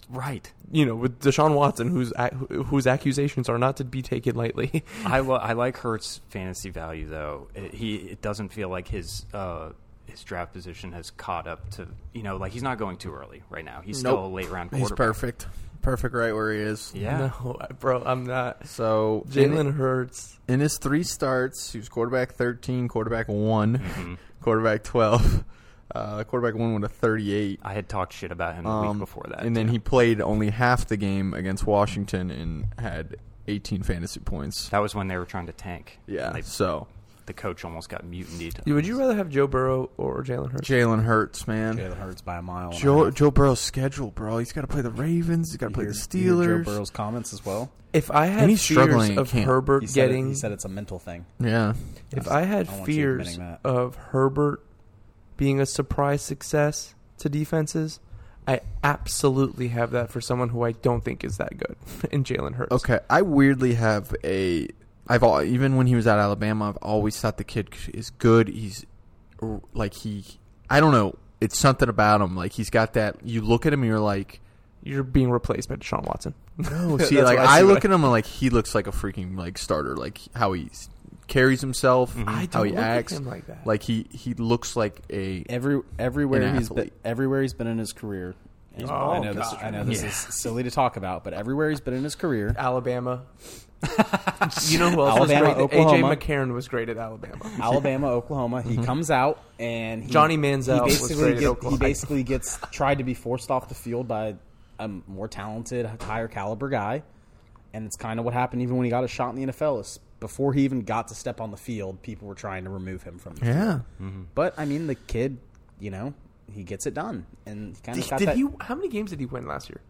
right.
you know, with Deshaun Watson, whose ac- whose accusations are not to be taken lightly.
I, lo- I like Hurts' fantasy value though. It, he it doesn't feel like his uh, his draft position has caught up to you know like he's not going too early right now. He's still a
Nope.
late round quarterback.
He's perfect. Perfect right where he is.
Yeah.
No, bro, I'm not.
So
Jalen Hurts.
in his three starts, he was quarterback 13, quarterback one,
Mm-hmm.
quarterback 12, uh, quarterback one with a 38.
I had talked shit about him the
Um,
week before that.
and then
too.
he played only half the game against Washington and had 18 fantasy points.
that was when they were trying to tank.
Yeah,
They-
so
the coach almost got mutinied.
Would you rather have Joe Burrow or Jalen Hurts?
Jalen Hurts, man.
Jalen Hurts by a mile. and a
Joe
half.
Joe Burrow's schedule, bro. He's got to play the Ravens. He's got to
You
play
hear-
the
you hear
Steelers.
Joe Burrow's comments as well.
If I had
And he's struggling
fears
and
of
can't.
Herbert
He said, it-
getting,
he said it's a mental thing.
yeah,
if I had
I want you
fears
admitting that.
of Herbert being a surprise success to defenses, I absolutely have that for someone who I don't think is that good in Jalen Hurts.
Okay, I weirdly have a. I've al- even when he was at Alabama, I've always thought the kid is good. He's r- like he. I don't know. It's something about him. Like he's got that. You look at him, and you're like,
You're being replaced by Deshaun Watson.
no.
That's
See, like
what I
I,
see when
look at him, and like he looks like a freaking like starter. Like how he s- carries himself,
I don't
how he
look at
acts,
him like that.
Like he he looks like a.
Every everywhere
An
he's been,
athlete.
everywhere he's been in his career. and
Oh,
I know this.
God.
I know this
Yeah.
is silly to talk about, but everywhere he's been in his career,
Alabama. you know who else
Alabama,
was great?
Oklahoma.
AJ McCarron was great at Alabama.
Alabama, Oklahoma,
Mm-hmm.
he comes out and he,
Johnny Manziel
He
was great
basically,
at
get- he
Oklahoma.
basically gets tried to be forced off the field by a more talented, higher caliber guy, and it's kind of what happened. Even when he got a shot in the NFL, is before he even got to step on the field, people were trying to remove him from. The field.
yeah.
But I mean, the kid, you know, he gets it done, and he kind of
Did,
got
did
that.
he? How many games did he win last year?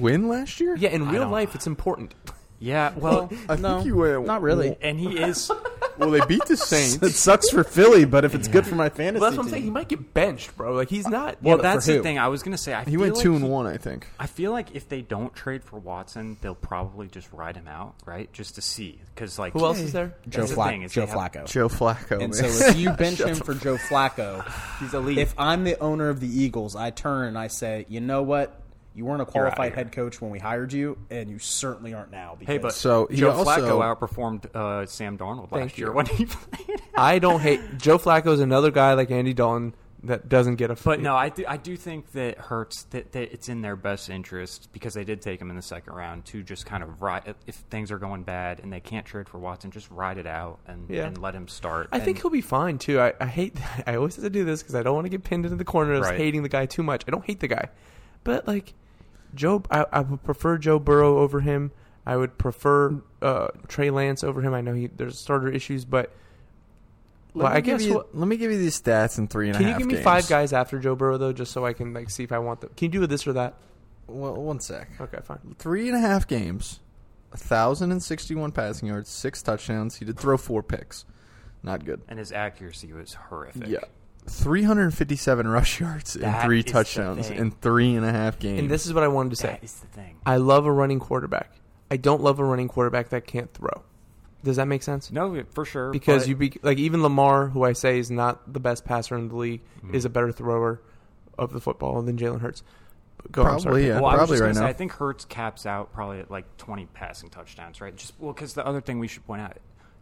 Win last year?
Yeah, in real
don't-
life, it's important.
Yeah, well,
I
no,
think you went.
not really.
and he is.
Well, they beat the Saints.
It sucks for Philly, but if it's good for my fantasy,
Well, that's what I'm saying. He might get benched, bro. Like he's not.
Well,
Well, but
that's
for
the
who?
thing. I was gonna say. I
He went two and
one.
one, I think.
I feel like if they don't trade for Watson, they'll probably just ride him out, right? Just to see, because like
who else is there?
Joe,
That's the
Flac-
thing, is
Joe
they have-
Flacco.
Joe Flacco.
And so
man.
if you bench him for Joe Flacco,
He's elite.
if I'm the owner of the Eagles, I turn and I say, you know what? You weren't a
outta
qualified
here.
head coach when we hired you, and you certainly aren't now. Because
Hey, but
So he
Joe
also-
Flacco outperformed uh, Sam Darnold last
Thank
year
you.
when he played.
I don't hate Joe Flacco's another guy like Andy Dalton that doesn't get a.
But no, I do, I do think that hurts that, that it's in their best interest because they did take him in the second round to just kind of ride if things are going bad and they can't trade for Watson, just ride it out and,
Yeah.
and let him start.
I think
And-
he'll be fine too. I, I hate. I always have to do this because I don't want to get pinned into the corner as
Right.
hating the guy too much. I don't hate the guy, but like Joe, I, I would prefer Joe Burrow over him. I would prefer uh, Trey Lance over him. I know he, there's starter issues, but well,
Let me
I
give
guess
you,
what,
let me give you these stats in three and a
can you
half.
give me
games.
five guys after Joe Burrow though, just so I can like see if I want them. Can you do this or that?
Well, one sec.
Okay, fine.
Three and a half games, thousand and sixty-one passing yards, six touchdowns. He did throw four picks. Not good.
and his accuracy was horrific.
Yeah, three hundred and fifty-seven rush yards and
That
three
is the
touchdowns
thing.
in three and a half games.
And this is what I wanted to say.
that is the thing.
I love a running quarterback. I don't love a running quarterback that can't throw. Does that make sense?
No, for sure.
because
but-
you be, like even Lamar, who I say is not the best passer in the league,
Mm-hmm.
is a better thrower of the football than Jalen Hurts. But Go, I'm
Probably,
sorry.
yeah.
well, I was
probably
just
right
gonna say,
now.
I think Hertz caps out probably at like 20 passing touchdowns, right? Just well, because the other thing we should point out,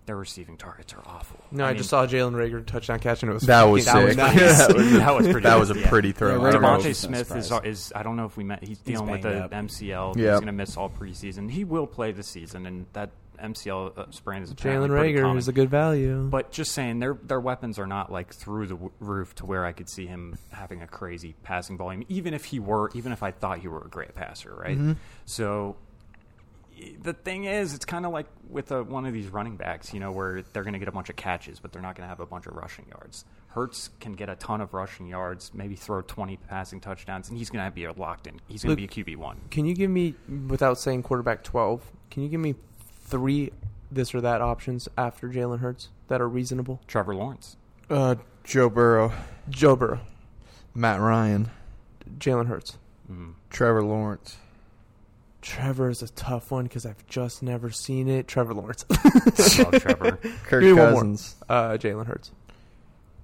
their receiving targets are awful.
No, I,
mean,
just saw Jalen Rager touchdown catch, and it was
that was
fucking-
sick.
that was nice.
That was- that was pretty
That
good,
was a
yeah.
pretty throw.
Yeah,
I don't know.
Devontae-
Devontae
He's not
Smith is,
surprised.
is I don't know if we met he's dealing with
banged
the
up.
MCL.
Yeah.
He's going to miss all preseason. He will play the season, and that MCL uh, sprain is apparently
Jalen
pretty
Rager
common.
is a good value.
But just saying, their their weapons are not like through the w- roof to where I could see him having a crazy passing volume. Even if he were, even if I thought he were a great passer, right?
Mm-hmm.
So y- the thing is, it's kind of like with uh one of these running backs, you know, where they're going to get a bunch of catches, but they're not going to have a bunch of rushing yards. Hertz can get a ton of rushing yards, maybe throw twenty passing touchdowns, and he's going to be a locked in. He's going to be a
Look-
QB one.
Can you give me, without saying quarterback 12, can you give me three this or that options after Jalen Hurts that are reasonable?
Trevor Lawrence.
Uh, Joe Burrow,
Joe Burrow,
Matt Ryan,
Jalen Hurts.
Mm.
Trevor Lawrence.
Trevor is a tough one because I've just never seen it. Trevor Lawrence.
Love Trevor.
Kirk
Give me one more.
Cousins,
Uh, Jalen Hurts.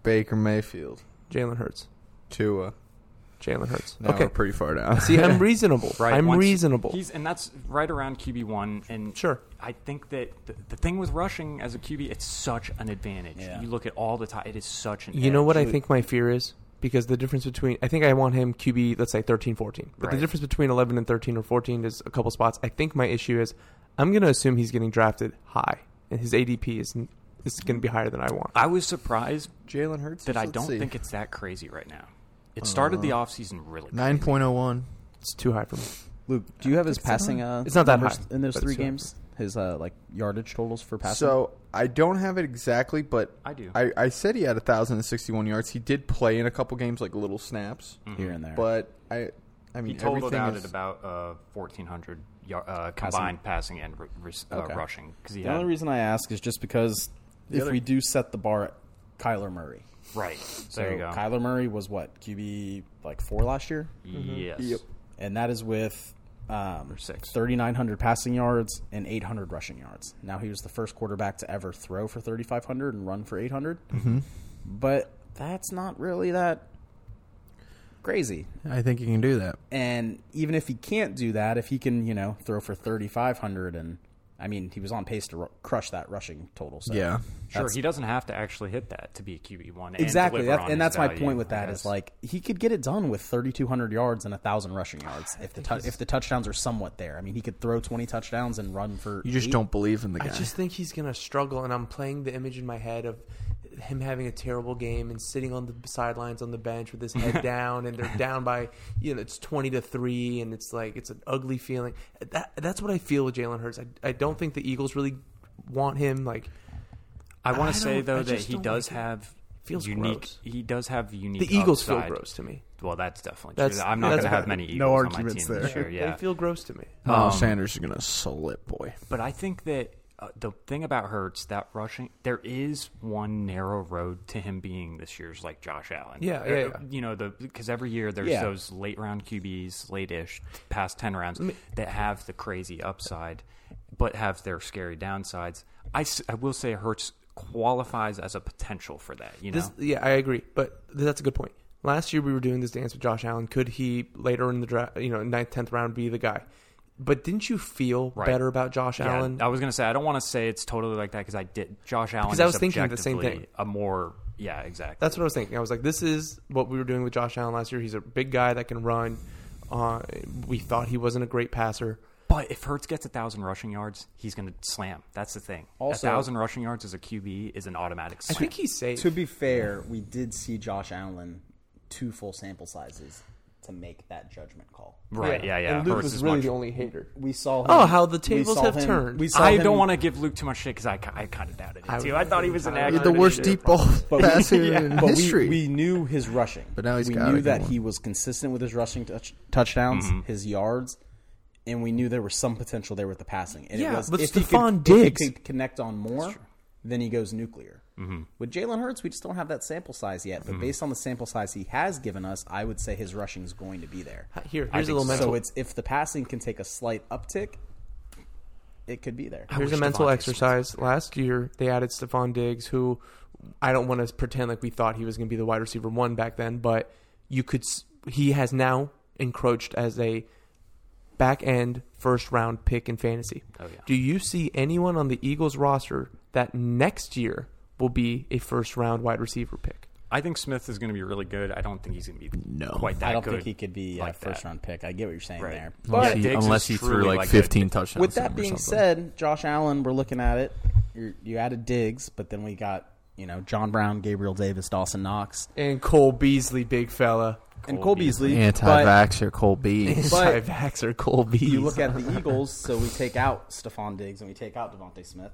Baker Mayfield,
Jalen Hurts.
Tua.
Jalen Hurts.
Now
okay.
we're pretty far down.
See, I'm reasonable.
Right,
I'm
once-
reasonable.
He's and that's right around QB one, and
Sure.
I think that the, the thing with rushing as a QB, it's such an advantage.
Yeah.
You look at all the time; it is such an.
You know what I
edge.
think my fear is? Because the difference between, I think I want him QB, let's say 13, 14. But the
Right.
difference between 11 and 13 or 14 is a couple spots. I think my issue is I'm going to assume he's getting drafted high, and his ADP is, is going to be higher than I want.
I was surprised
Jalen Hurts.
that I
let's
don't
see.
think it's that crazy right now. It started the offseason really.
nine point oh one.
It's too high for me.
Luke, do you have his
It's not-
passing? Uh,
it's not that
numbers
high,
in those
but
three
it's-
games. His uh, like yardage totals for passing.
So I don't have it exactly, but
I do.
I, I said he had thousand and sixty-one yards. He did play in a couple games, like little snaps,
here and there,
but I, I mean,
Mm-hmm. he totaled
everything
out
is-
at about uh, fourteen hundred uh, combined passing, and re- re-
Okay.
uh, rushing because he
the
had
only reason I ask is just because if we do set the bar at Kyler Murray,
right.
so
There you go.
Kyler Murray was what QB like four last year,
Yes.
Yep.
and that is with um,
six.
3,900 passing yards and 800 rushing yards. Now he was the first quarterback to ever throw for 3,500 and run for 800, but that's not really that crazy.
I think you can do that.
And even if he can't do that, if he can, you know, throw for 3,500 and I mean, he was on pace to ru- crush that rushing total. So
Yeah.
Sure,
that's-
he doesn't have to actually hit that to be a QB one.
exactly.
and,
That,
deliver on
and
his
that's my
value,
point with
I
that is
guess.
like he could get it done with 3,200 yards and a thousand rushing yards if the tou if the touchdowns are somewhat there. I mean, he could throw 20 touchdowns and run for.
You just
eight.
don't believe in the guy.
I just think he's going to struggle, and I'm playing the image in my head of him having a terrible game and sitting on the sidelines on the bench with his head down, and they're down by, you know, it's 20 to 3, and it's like, it's an ugly feeling. That, that's what I feel with Jalen Hurts. I, I don't think the Eagles really want him. Like,
I
I
want to say
don't- I
though that
just
he
don't
does
like it.
have
Feels
unique.
gross.
He does have unique.
the Eagles
upside.
feel gross to me.
Well, that's definitely
That's-
true. I'm not
that's
going to have
what-
many Eagles
no
on my
arguments
team this
there.
year. Yeah,
They feel gross to me.
Miles
Um,
Sanders is gonna slip, boy.
but I think that uh, the thing about Hurts that rushing there is one narrow road to him being this year's like Josh Allen.
Yeah,
Uh,
yeah, yeah.
You know the because every year there's
Yeah.
those late round QBs, late-ish, past ten rounds that have the crazy upside, but have their scary downsides. I, s- I will say Hurts qualifies as a potential for that. You know,
This, yeah, I agree, but th- that's a good point. Last year we were doing this dance with Josh Allen. Could he later in the draft, you know, ninth, tenth round, be the guy? But didn't you feel
Right.
better about Josh
Yeah,
Allen?
I was gonna say I don't want to say it's totally like that because I did. Josh Allen
Because I was
is
thinking the same
objectively
thing.
A more yeah, exactly.
That's what I was thinking. I was like, this is what we were doing with Josh Allen last year. He's a big guy that can run. Uh, we thought he wasn't a great passer.
but if Hertz gets a thousand rushing yards, he's gonna slam. That's the thing.
Also-
a thousand rushing yards as a QB is an automatic.
I
Slam.
think he's safe.
To be fair, we did see Josh Allen two full sample sizes to make that judgment call.
right. Yeah, yeah.
And Luke
Hurts
was
is
really
much-
the only hater.
We saw. Him,
Oh, how the
we
tables
saw
have
him-
turned.
We saw
I
him-
don't want to give Luke too much shit because I, ki- I kind of doubted it
I
too.
would-
I thought he was an
You're
accurate.
the worst deep ball
But we-
passer
yeah.
in
but
history.
We, we knew his rushing.
But now he's
we
got
knew
it
that
going.
he was consistent with his rushing touch, touchdowns,
Mm-hmm.
his yards, and we knew there was some potential there with the passing. And
Yeah,
it was,
but
if he
Stephon
could, if
Diggs-
he could connect on more, then he goes nuclear.
Mm-hmm.
With Jalen Hurts, we just don't have that sample size yet. But based on the sample size he has given us, I would say his rushing is going to be there.
Here, here's a little mental.
So it's if the passing can take a slight uptick, it could be there.
Here's a
wish
mental
Devontae
exercise. Last year, they added Stephon Diggs, who I don't want to pretend like we thought he was going to be the wide receiver one back then, but you could. s- He has now encroached as a back end first round pick in fantasy.
Oh, yeah.
Do you see anyone on the Eagles roster that next year will be a first round wide receiver pick?
I think Smith is going to be really good. I don't think he's going to be
No.
quite that
I don't
good.
think he could be
like
a first
that.
round pick. I get what you're saying
Right.
there.
Unless
But
he,
Diggs
unless
is
he threw
truly
like
like a-
15 touchdowns.
With
to him
that
or
being
something.
said, Josh Allen, we're looking at it. You're, you added Diggs, but then we got you know John Brown, Gabriel Davis, Dawson Knox,
And Cole Beasley, big fella.
and Cole Beasley. but
anti-vaxxer Cole Beans.
But-
Anti-vaxxer Cole Beasley.
you look at the Eagles, so we take out Stephon Diggs and we take out Devontae Smith.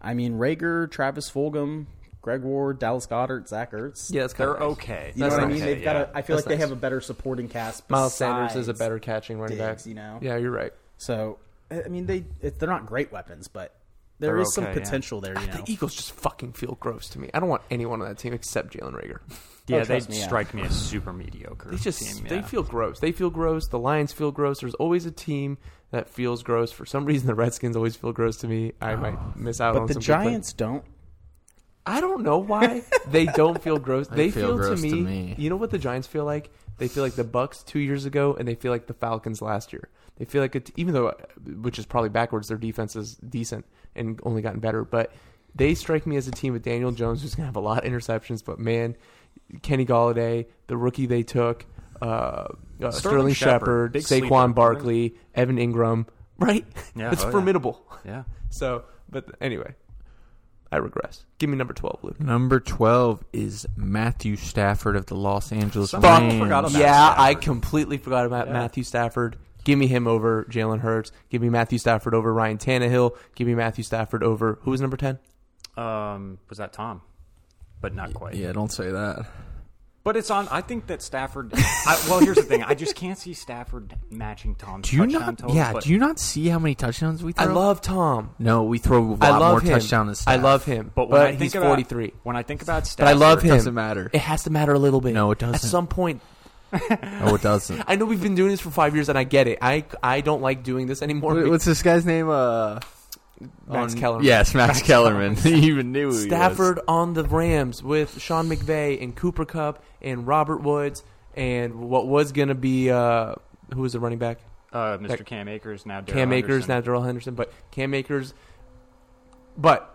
I mean Rager, Travis Fulgham, Greg Ward, Dallas Goddard, Zach Ertz.
yeah, it's kinda
They're
nice.
okay.
You know
That's
what I
nice.
mean? They've got.
Yeah.
A, I feel
That's
like they
nice.
have a better supporting cast.
Miles Sanders is a
besides-
better catching running
Diggs,
back.
you know?
Yeah, you're right.
So I I mean, they it, they're not great weapons, but there
They're
is
okay,
some
yeah.
potential there. You know,
The Eagles just fucking feel gross to me. I don't want anyone on that team except Jalen Rager.
Yeah,
Oh,
they
trust me, yeah.
strike me as super mediocre.
They just
team,
they
yeah.
feel gross. They feel gross. The Lions feel gross. There's always a team that feels gross. For some reason, the Redskins always feel gross to me. I might miss out on
but the
some good
Giants don't.
play. I don't know why they don't feel gross. They,
feel gross
to, me,
to me.
You know what the Giants feel like? They feel like the Bucks two years ago, and they feel like the Falcons last year. They feel like it, even though, which is probably backwards, their defense is decent and only gotten better. But they strike me as a team with Daniel Jones, who's gonna have a lot of interceptions. But man, Kenny Galladay, the rookie they took, uh, uh, Sterling,
Sterling
Shepard,
Shepard, big sleeper,
Saquon
right?
Barkley, Evan Ingram, right?
Yeah,
that's
oh, yeah.
formidable.
Yeah.
So, but anyway, I regress. Give me number twelve, Luke.
Number 12 is Matthew Stafford of the Los Angeles
Somehow
Rams.
forgot about
yeah,
Stafford.
I completely forgot about Matthew Stafford. Give me him over Jalen Hurts. Give me Matthew Stafford over Ryan Tannehill. Give me Matthew Stafford over who was number ten?
Um, was that Tom? But not quite.
Yeah, don't say that.
But it's on. I think that Stafford. I, well, here's the thing. I just can't see Stafford matching Tom's
Do you
touchdown
not?
total.
yeah.
but
Do you not see how many touchdowns we throw?
I love Tom.
No, we throw a lot
I love
more
him.
touchdowns than
I
Stafford.
love him, but,
But when I
he's
think about,
forty three.
When I think about
But I
Stafford,
love him.
doesn't matter.
It has to matter a little bit.
No, it
At
doesn't.
some point,
Oh, it doesn't.
I know we've been doing this for five years, and I get it. I I don't like doing this anymore.
What- What's this guy's name? Uh,
Max
on-
Kellerman.
Yes, Max, Kellerman. he even knew who he was.
Stafford on the Rams with Sean McVay and Cooper Cup and Robert Woods and what was going to be uh, who was the running back?
uh,
Like,
Mr. Cam Akers now. Darrell
Cam Akers,
Henderson.
now Darrell Henderson, but Cam Akers. But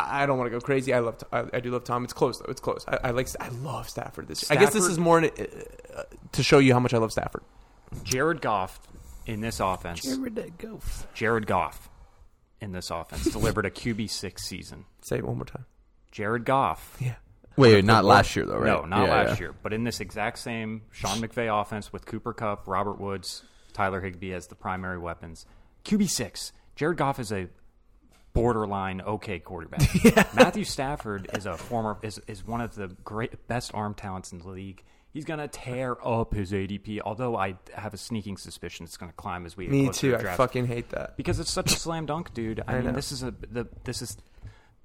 I don't want to go crazy. I love, T- I, I do love Tom. It's close though. It's close. I, I like, I love Stafford this. year. I guess this
Stafford-
is more in, uh, uh, to show you how much I love Stafford.
Jared Goff in this offense. Jared Goff. Jared Goff in this offense delivered a QB six season.
Say it one more time.
Jared Goff.
Yeah.
Wait, wait, not last year though, right?
No, not
Yeah,
last
yeah.
year, but in this exact same Sean McVay offense with Cooper Cup, Robert Woods, Tyler Higbee as the primary weapons. QB six. Jared Goff is a borderline okay quarterback. Matthew Stafford is a former is is one of the great best arm talents in the league. He's gonna tear up his ADP, although I have a sneaking suspicion it's gonna climb as we get
Me
closer
too.
to
I
draft
fucking hate that.
because it's such a slam dunk, dude. I,
I
mean,
know.
this is a the this is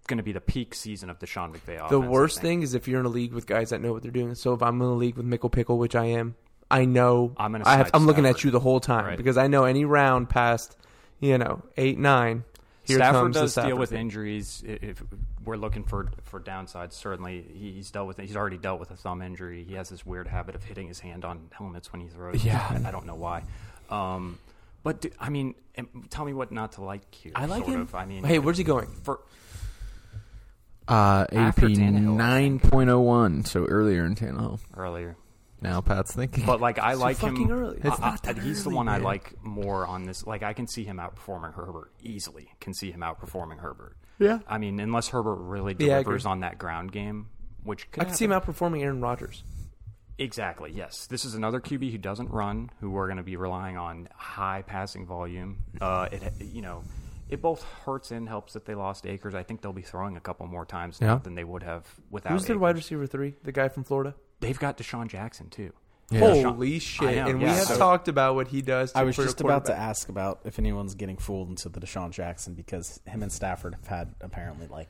going to be the peak season of Deshaun McVay. Offense,
The
I
worst
think.
thing is if you're in a league with guys that know what they're doing. So if I'm in a league with Mickle Pickle, which I am, I know
I'm gonna
I have,
side
I'm looking at
Stafford.
you the whole time
Right.
because I know any round past, you know, eight nine. Here
Stafford
comes the
does deal
Stafford
with
thing.
injuries. I- If we're looking for for downsides, certainly He- he's dealt with. He's already dealt with a thumb injury. He has this weird habit of hitting his hand on helmets when he throws.
Yeah.
I, I don't know why. Um, but do, I mean, am- tell me what not to like here.
I like
sort
him.
Of. I mean,
hey, where's he going?
for
Uh,
After
AP
Tannehill, I
nine
think.
point oh one, so earlier in Tannehill.
earlier?
Now Pat's thinking.
But like I
So
like
fucking
him.
early.
I-
It's
I-
not that
he's the
early,
one I
man.
like more on this. Like I can see him outperforming Herbert easily. Can see him outperforming Herbert.
Yeah.
I mean, unless Herbert really
Yeah, I
delivers
agree.
on that ground game, which could
I can see him
happen.
outperforming Aaron Rodgers.
Exactly. Yes, this is another QB who doesn't run, who we're going to be relying on high passing volume. Uh, it you know, it both hurts and helps that they lost Acres. I think they'll be throwing a couple more times now
Yeah.
than they would have without.
Who's their
Akers.
wide receiver three? The guy from Florida.
They've got Deshaun Jackson too.
Holy
I
shit!
know,
and we
yeah,
have
so-
talked about what he does. To
I was
for a
just about to
quarterback.
ask about if anyone's getting fooled into the Deshaun Jackson because him and Stafford have had apparently like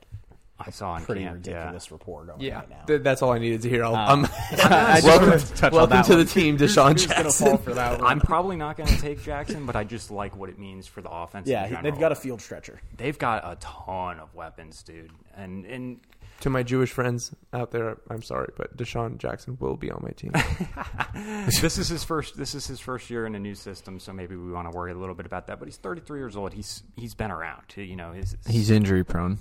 I saw on
pretty
camp, yeah. Uh,
ridiculous rapport going
Yeah,
right now.
th- that's all I needed to hear. I'll,
Um,
I'm-
I just
welcome
wanted to touch on
welcome
that
to
one.
the team, Deshaun
Who's gonna
Jackson.
fall for that one?
I'm probably not going to take Jackson, but I just like what it means for the offense. in
yeah, he- they've
general.
got a field stretcher.
they've got a ton of weapons, dude, and and
to my Jewish friends out there, I'm sorry, but Deshaun Jackson will be on my team.
this is his first. This is his first year in a new system, so maybe we want to worry a little bit about that. But he's 33 years old. He's he's been around. You know, his,
He's injury prone.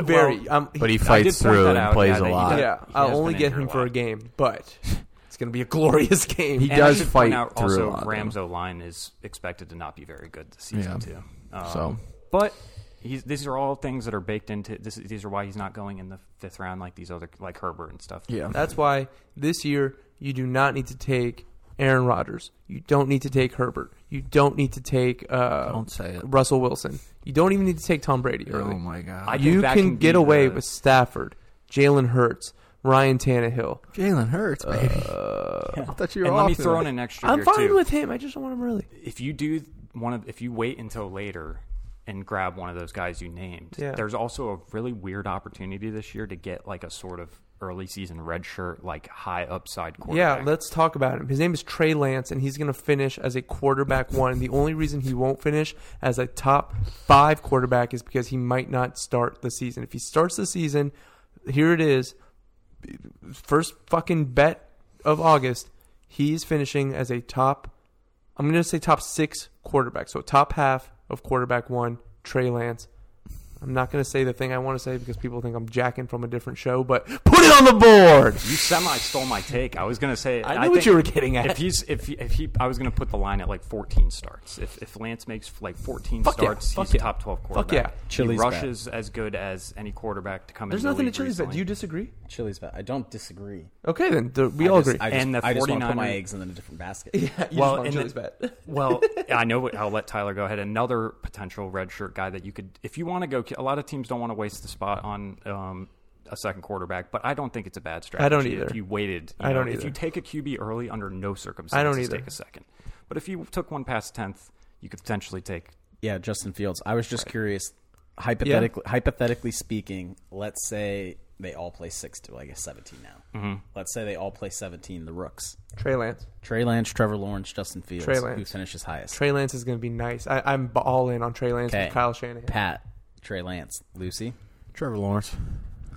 very. um,
But he
I did
fights
point
through
that
and
out,
plays
yeah, that
a
he
lot.
does-
yeah,
he
I'll
has
only
been
get
in here
him
a
for a
lot.
game, but it's going to be a glorious game.
He
And I
does
should
fight
point out
through a
also,
lot. though.
Ramzo line is expected to not be very good this season
Yeah.
too. Um,
So
but he's, these are all things that are baked into this. These are why he's not going in the fifth round like these other like Herbert and stuff.
Yeah.
That's why this year you do not need to take Aaron Rodgers. You don't need to take Herbert. You don't need to take uh,
Don't say it.
Russell Wilson. You don't even need to take Tom Brady early.
oh my god,
I think
you
that
can,
can
get
be
away
the-
with Stafford, Jalen Hurts, Ryan Tannehill.
Jalen Hurts,
Uh,
baby. I thought you were
and
off
let me
to
throw
it.
in an extra.
I'm
here,
fine
too.
with him. I just don't want him early.
if you do one of if you wait until later and grab one of those guys you named,
Yeah.
there's also a really weird opportunity this year to get like a sort of early season redshirt, like high upside quarterback.
Yeah, let's talk about him. His name is Trey Lance, and he's going to finish as a quarterback one. The only reason he won't finish as a top five quarterback is because he might not start the season. If he starts the season, here it is first fucking bet of August, he's finishing as a top. I'm going to say top six quarterback. So top half of quarterback one, Trey Lance. I'm not going to say the thing I want to say because people think I'm jacking from a different show, but put it on the board.
you semi stole my take. I was gonna say
I knew what
think
you were getting at.
If he's if he, if he I was gonna put the line at like 14 starts. If if Lance makes like 14
Fuck yeah,
starts,
fuck
he's a
yeah.
top 12 quarterback.
Fuck yeah.
Chili's
he
back.
rushes as good as any quarterback to come.
There's
in the
nothing to
league
Chili's that
recently.
you disagree.
Chili's bad. I don't disagree.
Okay, then the, we
I
all
just-
agree.
I just,
And the
I just want to put my
49er
eggs in a different basket.
you
Well,
just want
and
Chili's
the-
bet.
Well, I know. what- I'll let Tyler go ahead. Another potential redshirt guy that you could, if you want to go. A lot of teams don't want to waste the spot on um, a second quarterback, but I don't think it's a bad strategy.
I don't either.
If you waited, you
I don't
know, If
either.
you take a QB early, under no circumstances,
I don't either.
Take a second, but if you took one past tenth, you could potentially take.
Yeah, Justin Fields. I was just curious. Hypothetically, hypothetically speaking, let's say they all play six to, I guess, seventeen now. Mm-hmm. Let's say they all play seventeen. The rooks:
Trey Lance.
Trey Lance, Trevor Lawrence, Justin Fields,
Trey
who
Lance.
finishes highest.
Trey Lance is going to be nice. I, I'm b- all in on Trey Lance
Okay.
with Kyle Shanahan.
Pat, Trey Lance, Lucy,
Trevor Lawrence.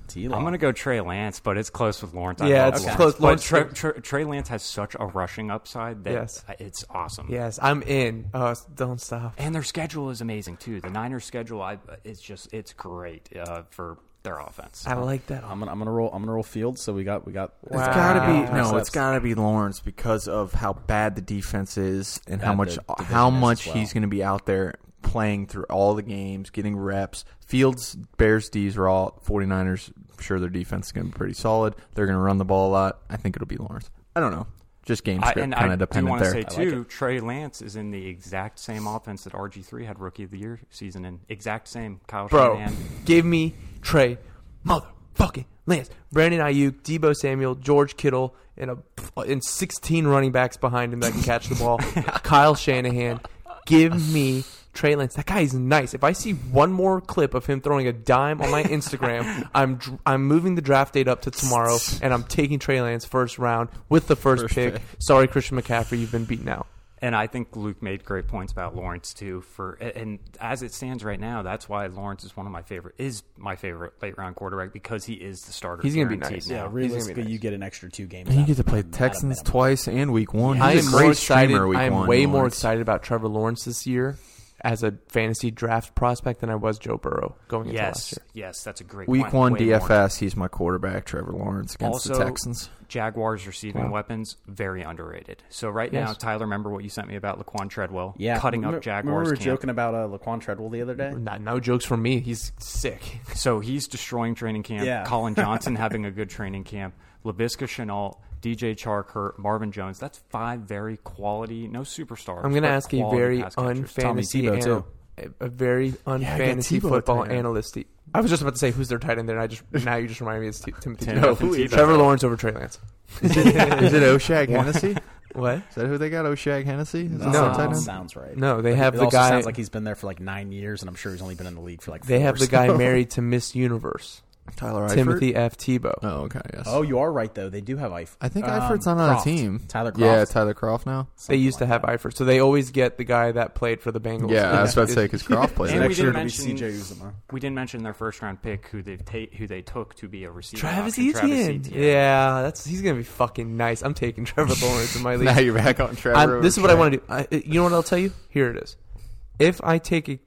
T.
I'm going to go Trey Lance, but it's close with Lawrence. I
Yeah,
love
it's
Lawrence.
close.
But
Lawrence-
Tre- Tre- Trey Lance has such a rushing upside that
Yes.
it's awesome.
Yes, I'm in. Uh, don't stop.
and their schedule is amazing too. The Niners' schedule, I it's just it's great uh, for their offense.
I like that.
I'm gonna, I'm gonna roll. I'm gonna roll Fields. So we got, we got.
Wow.
we
It's
got
gotta
Fields
be-
and
no,
No,
Lawrence.
it's got to be Lawrence because of how bad the defense is and how
Bad
much
the division
how
is as
much
well.
he's going to be out there playing through all the games, getting reps. Fields, Bears, D's are all 49ers. I'm sure their defense is going to be pretty solid. They're going to run the ball a lot. I think it'll be Lawrence. I don't know. Just game
I,
script
and
kind
I
of
do
dependent
want to
there.
say
I like
too, Trey Lance is in the exact same offense that RG three had Rookie of the Year season in. Exact same Kyle
Bro,
Shanahan.
give me Trey motherfucking Lance. Brandon Ayuk, Debo Samuel, George Kittle, and, a, and 16 running backs behind him that can catch the ball. Kyle Shanahan. Give me Trey Lance. That guy is nice. If I see one more clip of him throwing a dime on my Instagram, I'm dr- I'm moving the draft date up to tomorrow, and I'm taking Trey Lance first round with the first, pick. Sorry, Christian McCaffrey, you've been beaten out.
And I think Luke made great points about Lawrence too. For and as it stands right now, that's why Lawrence is one of my favorite is my favorite late round quarterback because he is the starter.
He's gonna be nice.
guaranteed now.
Yeah,
He's
realistically,
gonna be
you get an extra two games.
And you
out
get to
of
play
him, not a
Texans
minimum.
twice and week one.
I
He's
am
a
more
great
excited.
streamer week
I am
one,
way more
Lawrence.
excited about Trevor Lawrence this year as a fantasy draft prospect than I was Joe Burrow going into last
Yes,
year.
yes, that's a great
Week
point.
one
Way more.
DFS, he's my quarterback, Trevor Lawrence against the
Also-
Texans.
Jaguars receiving weapons very underrated. So right now,
Yes.
Tyler, remember what you sent me about Laquan Treadwell?
Yeah,
cutting
remember-
up Jaguars.
Remember we were
camp?
joking about uh, Laquan Treadwell the other day.
Not, no jokes from me. He's sick.
So he's destroying training camp.
Yeah.
Colin Johnson having a good training camp. Labiska Chenault, DJ Chark, Hurt, Marvin Jones. That's five very quality, no superstars.
I'm going to
but
ask a
quality
very
pass catchers.
Tommy
unfantasy
Tebow,
anal- a a very unfantasy
Tebow
football
tight end.
analyst. I was just about to say who's their tight end there. And I just now you just reminded me it's T- Timothy.
Tim-
Tebow.
Tim Tebow.
Trevor Lawrence over Trey Lance.
Is it, is it Oshag Hennessy?
What?
Is that who they got? O'Shag Hennessy? Is
That
that
No.
the tight
sounds,
end?
sounds right.
No, they
But
have
it
the
also
guy-
Sounds like he's been there for like nine years, and I'm sure he's only been in the league for like. Four
They have the
so-
guy married to Miss Universe,
Tyler Eifert.
Timothy F. Tebow.
Oh, okay. Yes.
Oh, you are right though. They do have Eifert.
I think
Um,
Eifert's not on
Croft.
a team.
Tyler Croft.
Yeah, Tyler Croft now.
they
Something
used to
like
have
that.
Eifert, so they always get the guy that played for the Bengals.
Yeah, I was about to
Is-
say because Croft played.
And
there.
we
Next year it'll be
didn't
CJ
mention-
Uzuma.
We didn't mention their first round pick, who they ta- who they took to be a receiver.
Travis
option,
Etienne.
Travis Etienne.
Yeah, that's he's gonna be fucking nice. I'm taking Trevor Lawrence in my league.
now you're back on
I'm-
Trevor.
this is what I want to do. I, you know what I'll tell you? Here it is. If I take a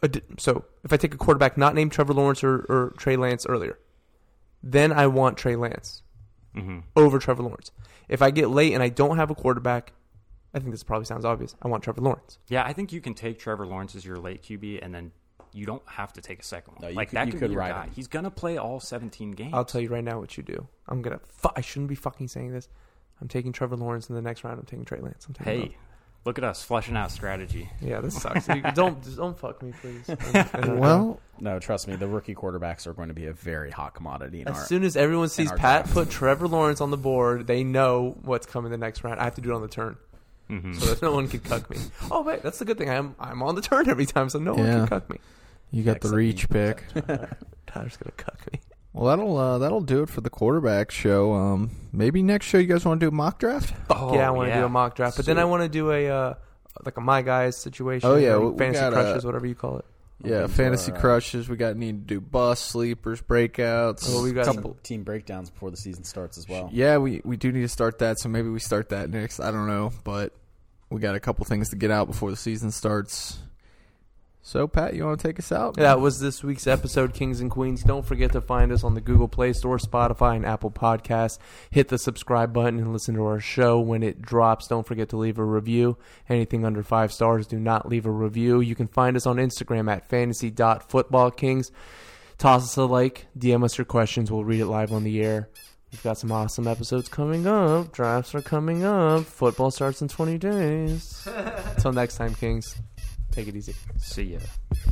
a di- so if I take a quarterback not named Trevor Lawrence or, or Trey Lance earlier, then I want Trey Lance
Mm-hmm.
over Trevor Lawrence. If I get late and I don't have a quarterback, I think this probably sounds obvious. I want Trevor Lawrence.
Yeah, I think you can take Trevor Lawrence as your late QB, and then you don't have to take a second one.
No, you
like
could-
that
you
could,
could
be your
ride
guy.
him.
He's gonna play all 17 games.
I'll tell you right now what you do. I'm gonna. Fu- I shouldn't be fucking saying this. I'm taking Trevor Lawrence in the next round. I'm taking Trey Lance. I'm taking both.
Hey, look at us fleshing out strategy.
Yeah, this sucks. You- don't just don't fuck me, please. uh,
Well,
No, trust me, the rookie quarterbacks are going to be a very hot commodity in our.
as soon as everyone sees
our
Pat
draft.
put Trevor Lawrence on the board, they know what's coming the next round. I have to do it on the turn, so that no one can cuck me. Oh wait, that's the good thing. I'm I'm on the turn every time, so no
Yeah.
one can cuck me.
you got the
Except
reach
you.
pick.
Tyler's gonna cuck me.
Well, that'll uh, that'll do it for the quarterback show. Um, maybe next show you guys want to do a mock draft?
Oh,
yeah, I want to do a mock draft, but then
Sweet.
I want to do a uh, like a my guys situation.
Oh, yeah,
or
we- we
fantasy
got, uh,
crushes, whatever you call it.
Yeah,
into
fantasy
our, uh,
crushes. We got need to do bus sleepers, breakouts.
Oh, we got
couple.
team breakdowns before the season starts as well.
Yeah, we we do need to start that. So maybe we start that next. I don't know, but we got a couple things to get out before the season starts. So Pat, you want to take us out?
That was this week's episode, Kings and Queens. Don't forget to find us on the Google Play Store, Spotify, and Apple Podcasts. Hit the subscribe button and listen to our show when it drops. Don't forget to leave a review. Anything under five stars, do not leave a review. You can find us on Instagram at fantasy.footballkings. Toss us a like, DM us your questions. We'll read it live on the air. We've got some awesome episodes coming up. Drafts are coming up. Football starts in 20 days. Until next time, Kings, take it easy.
See ya.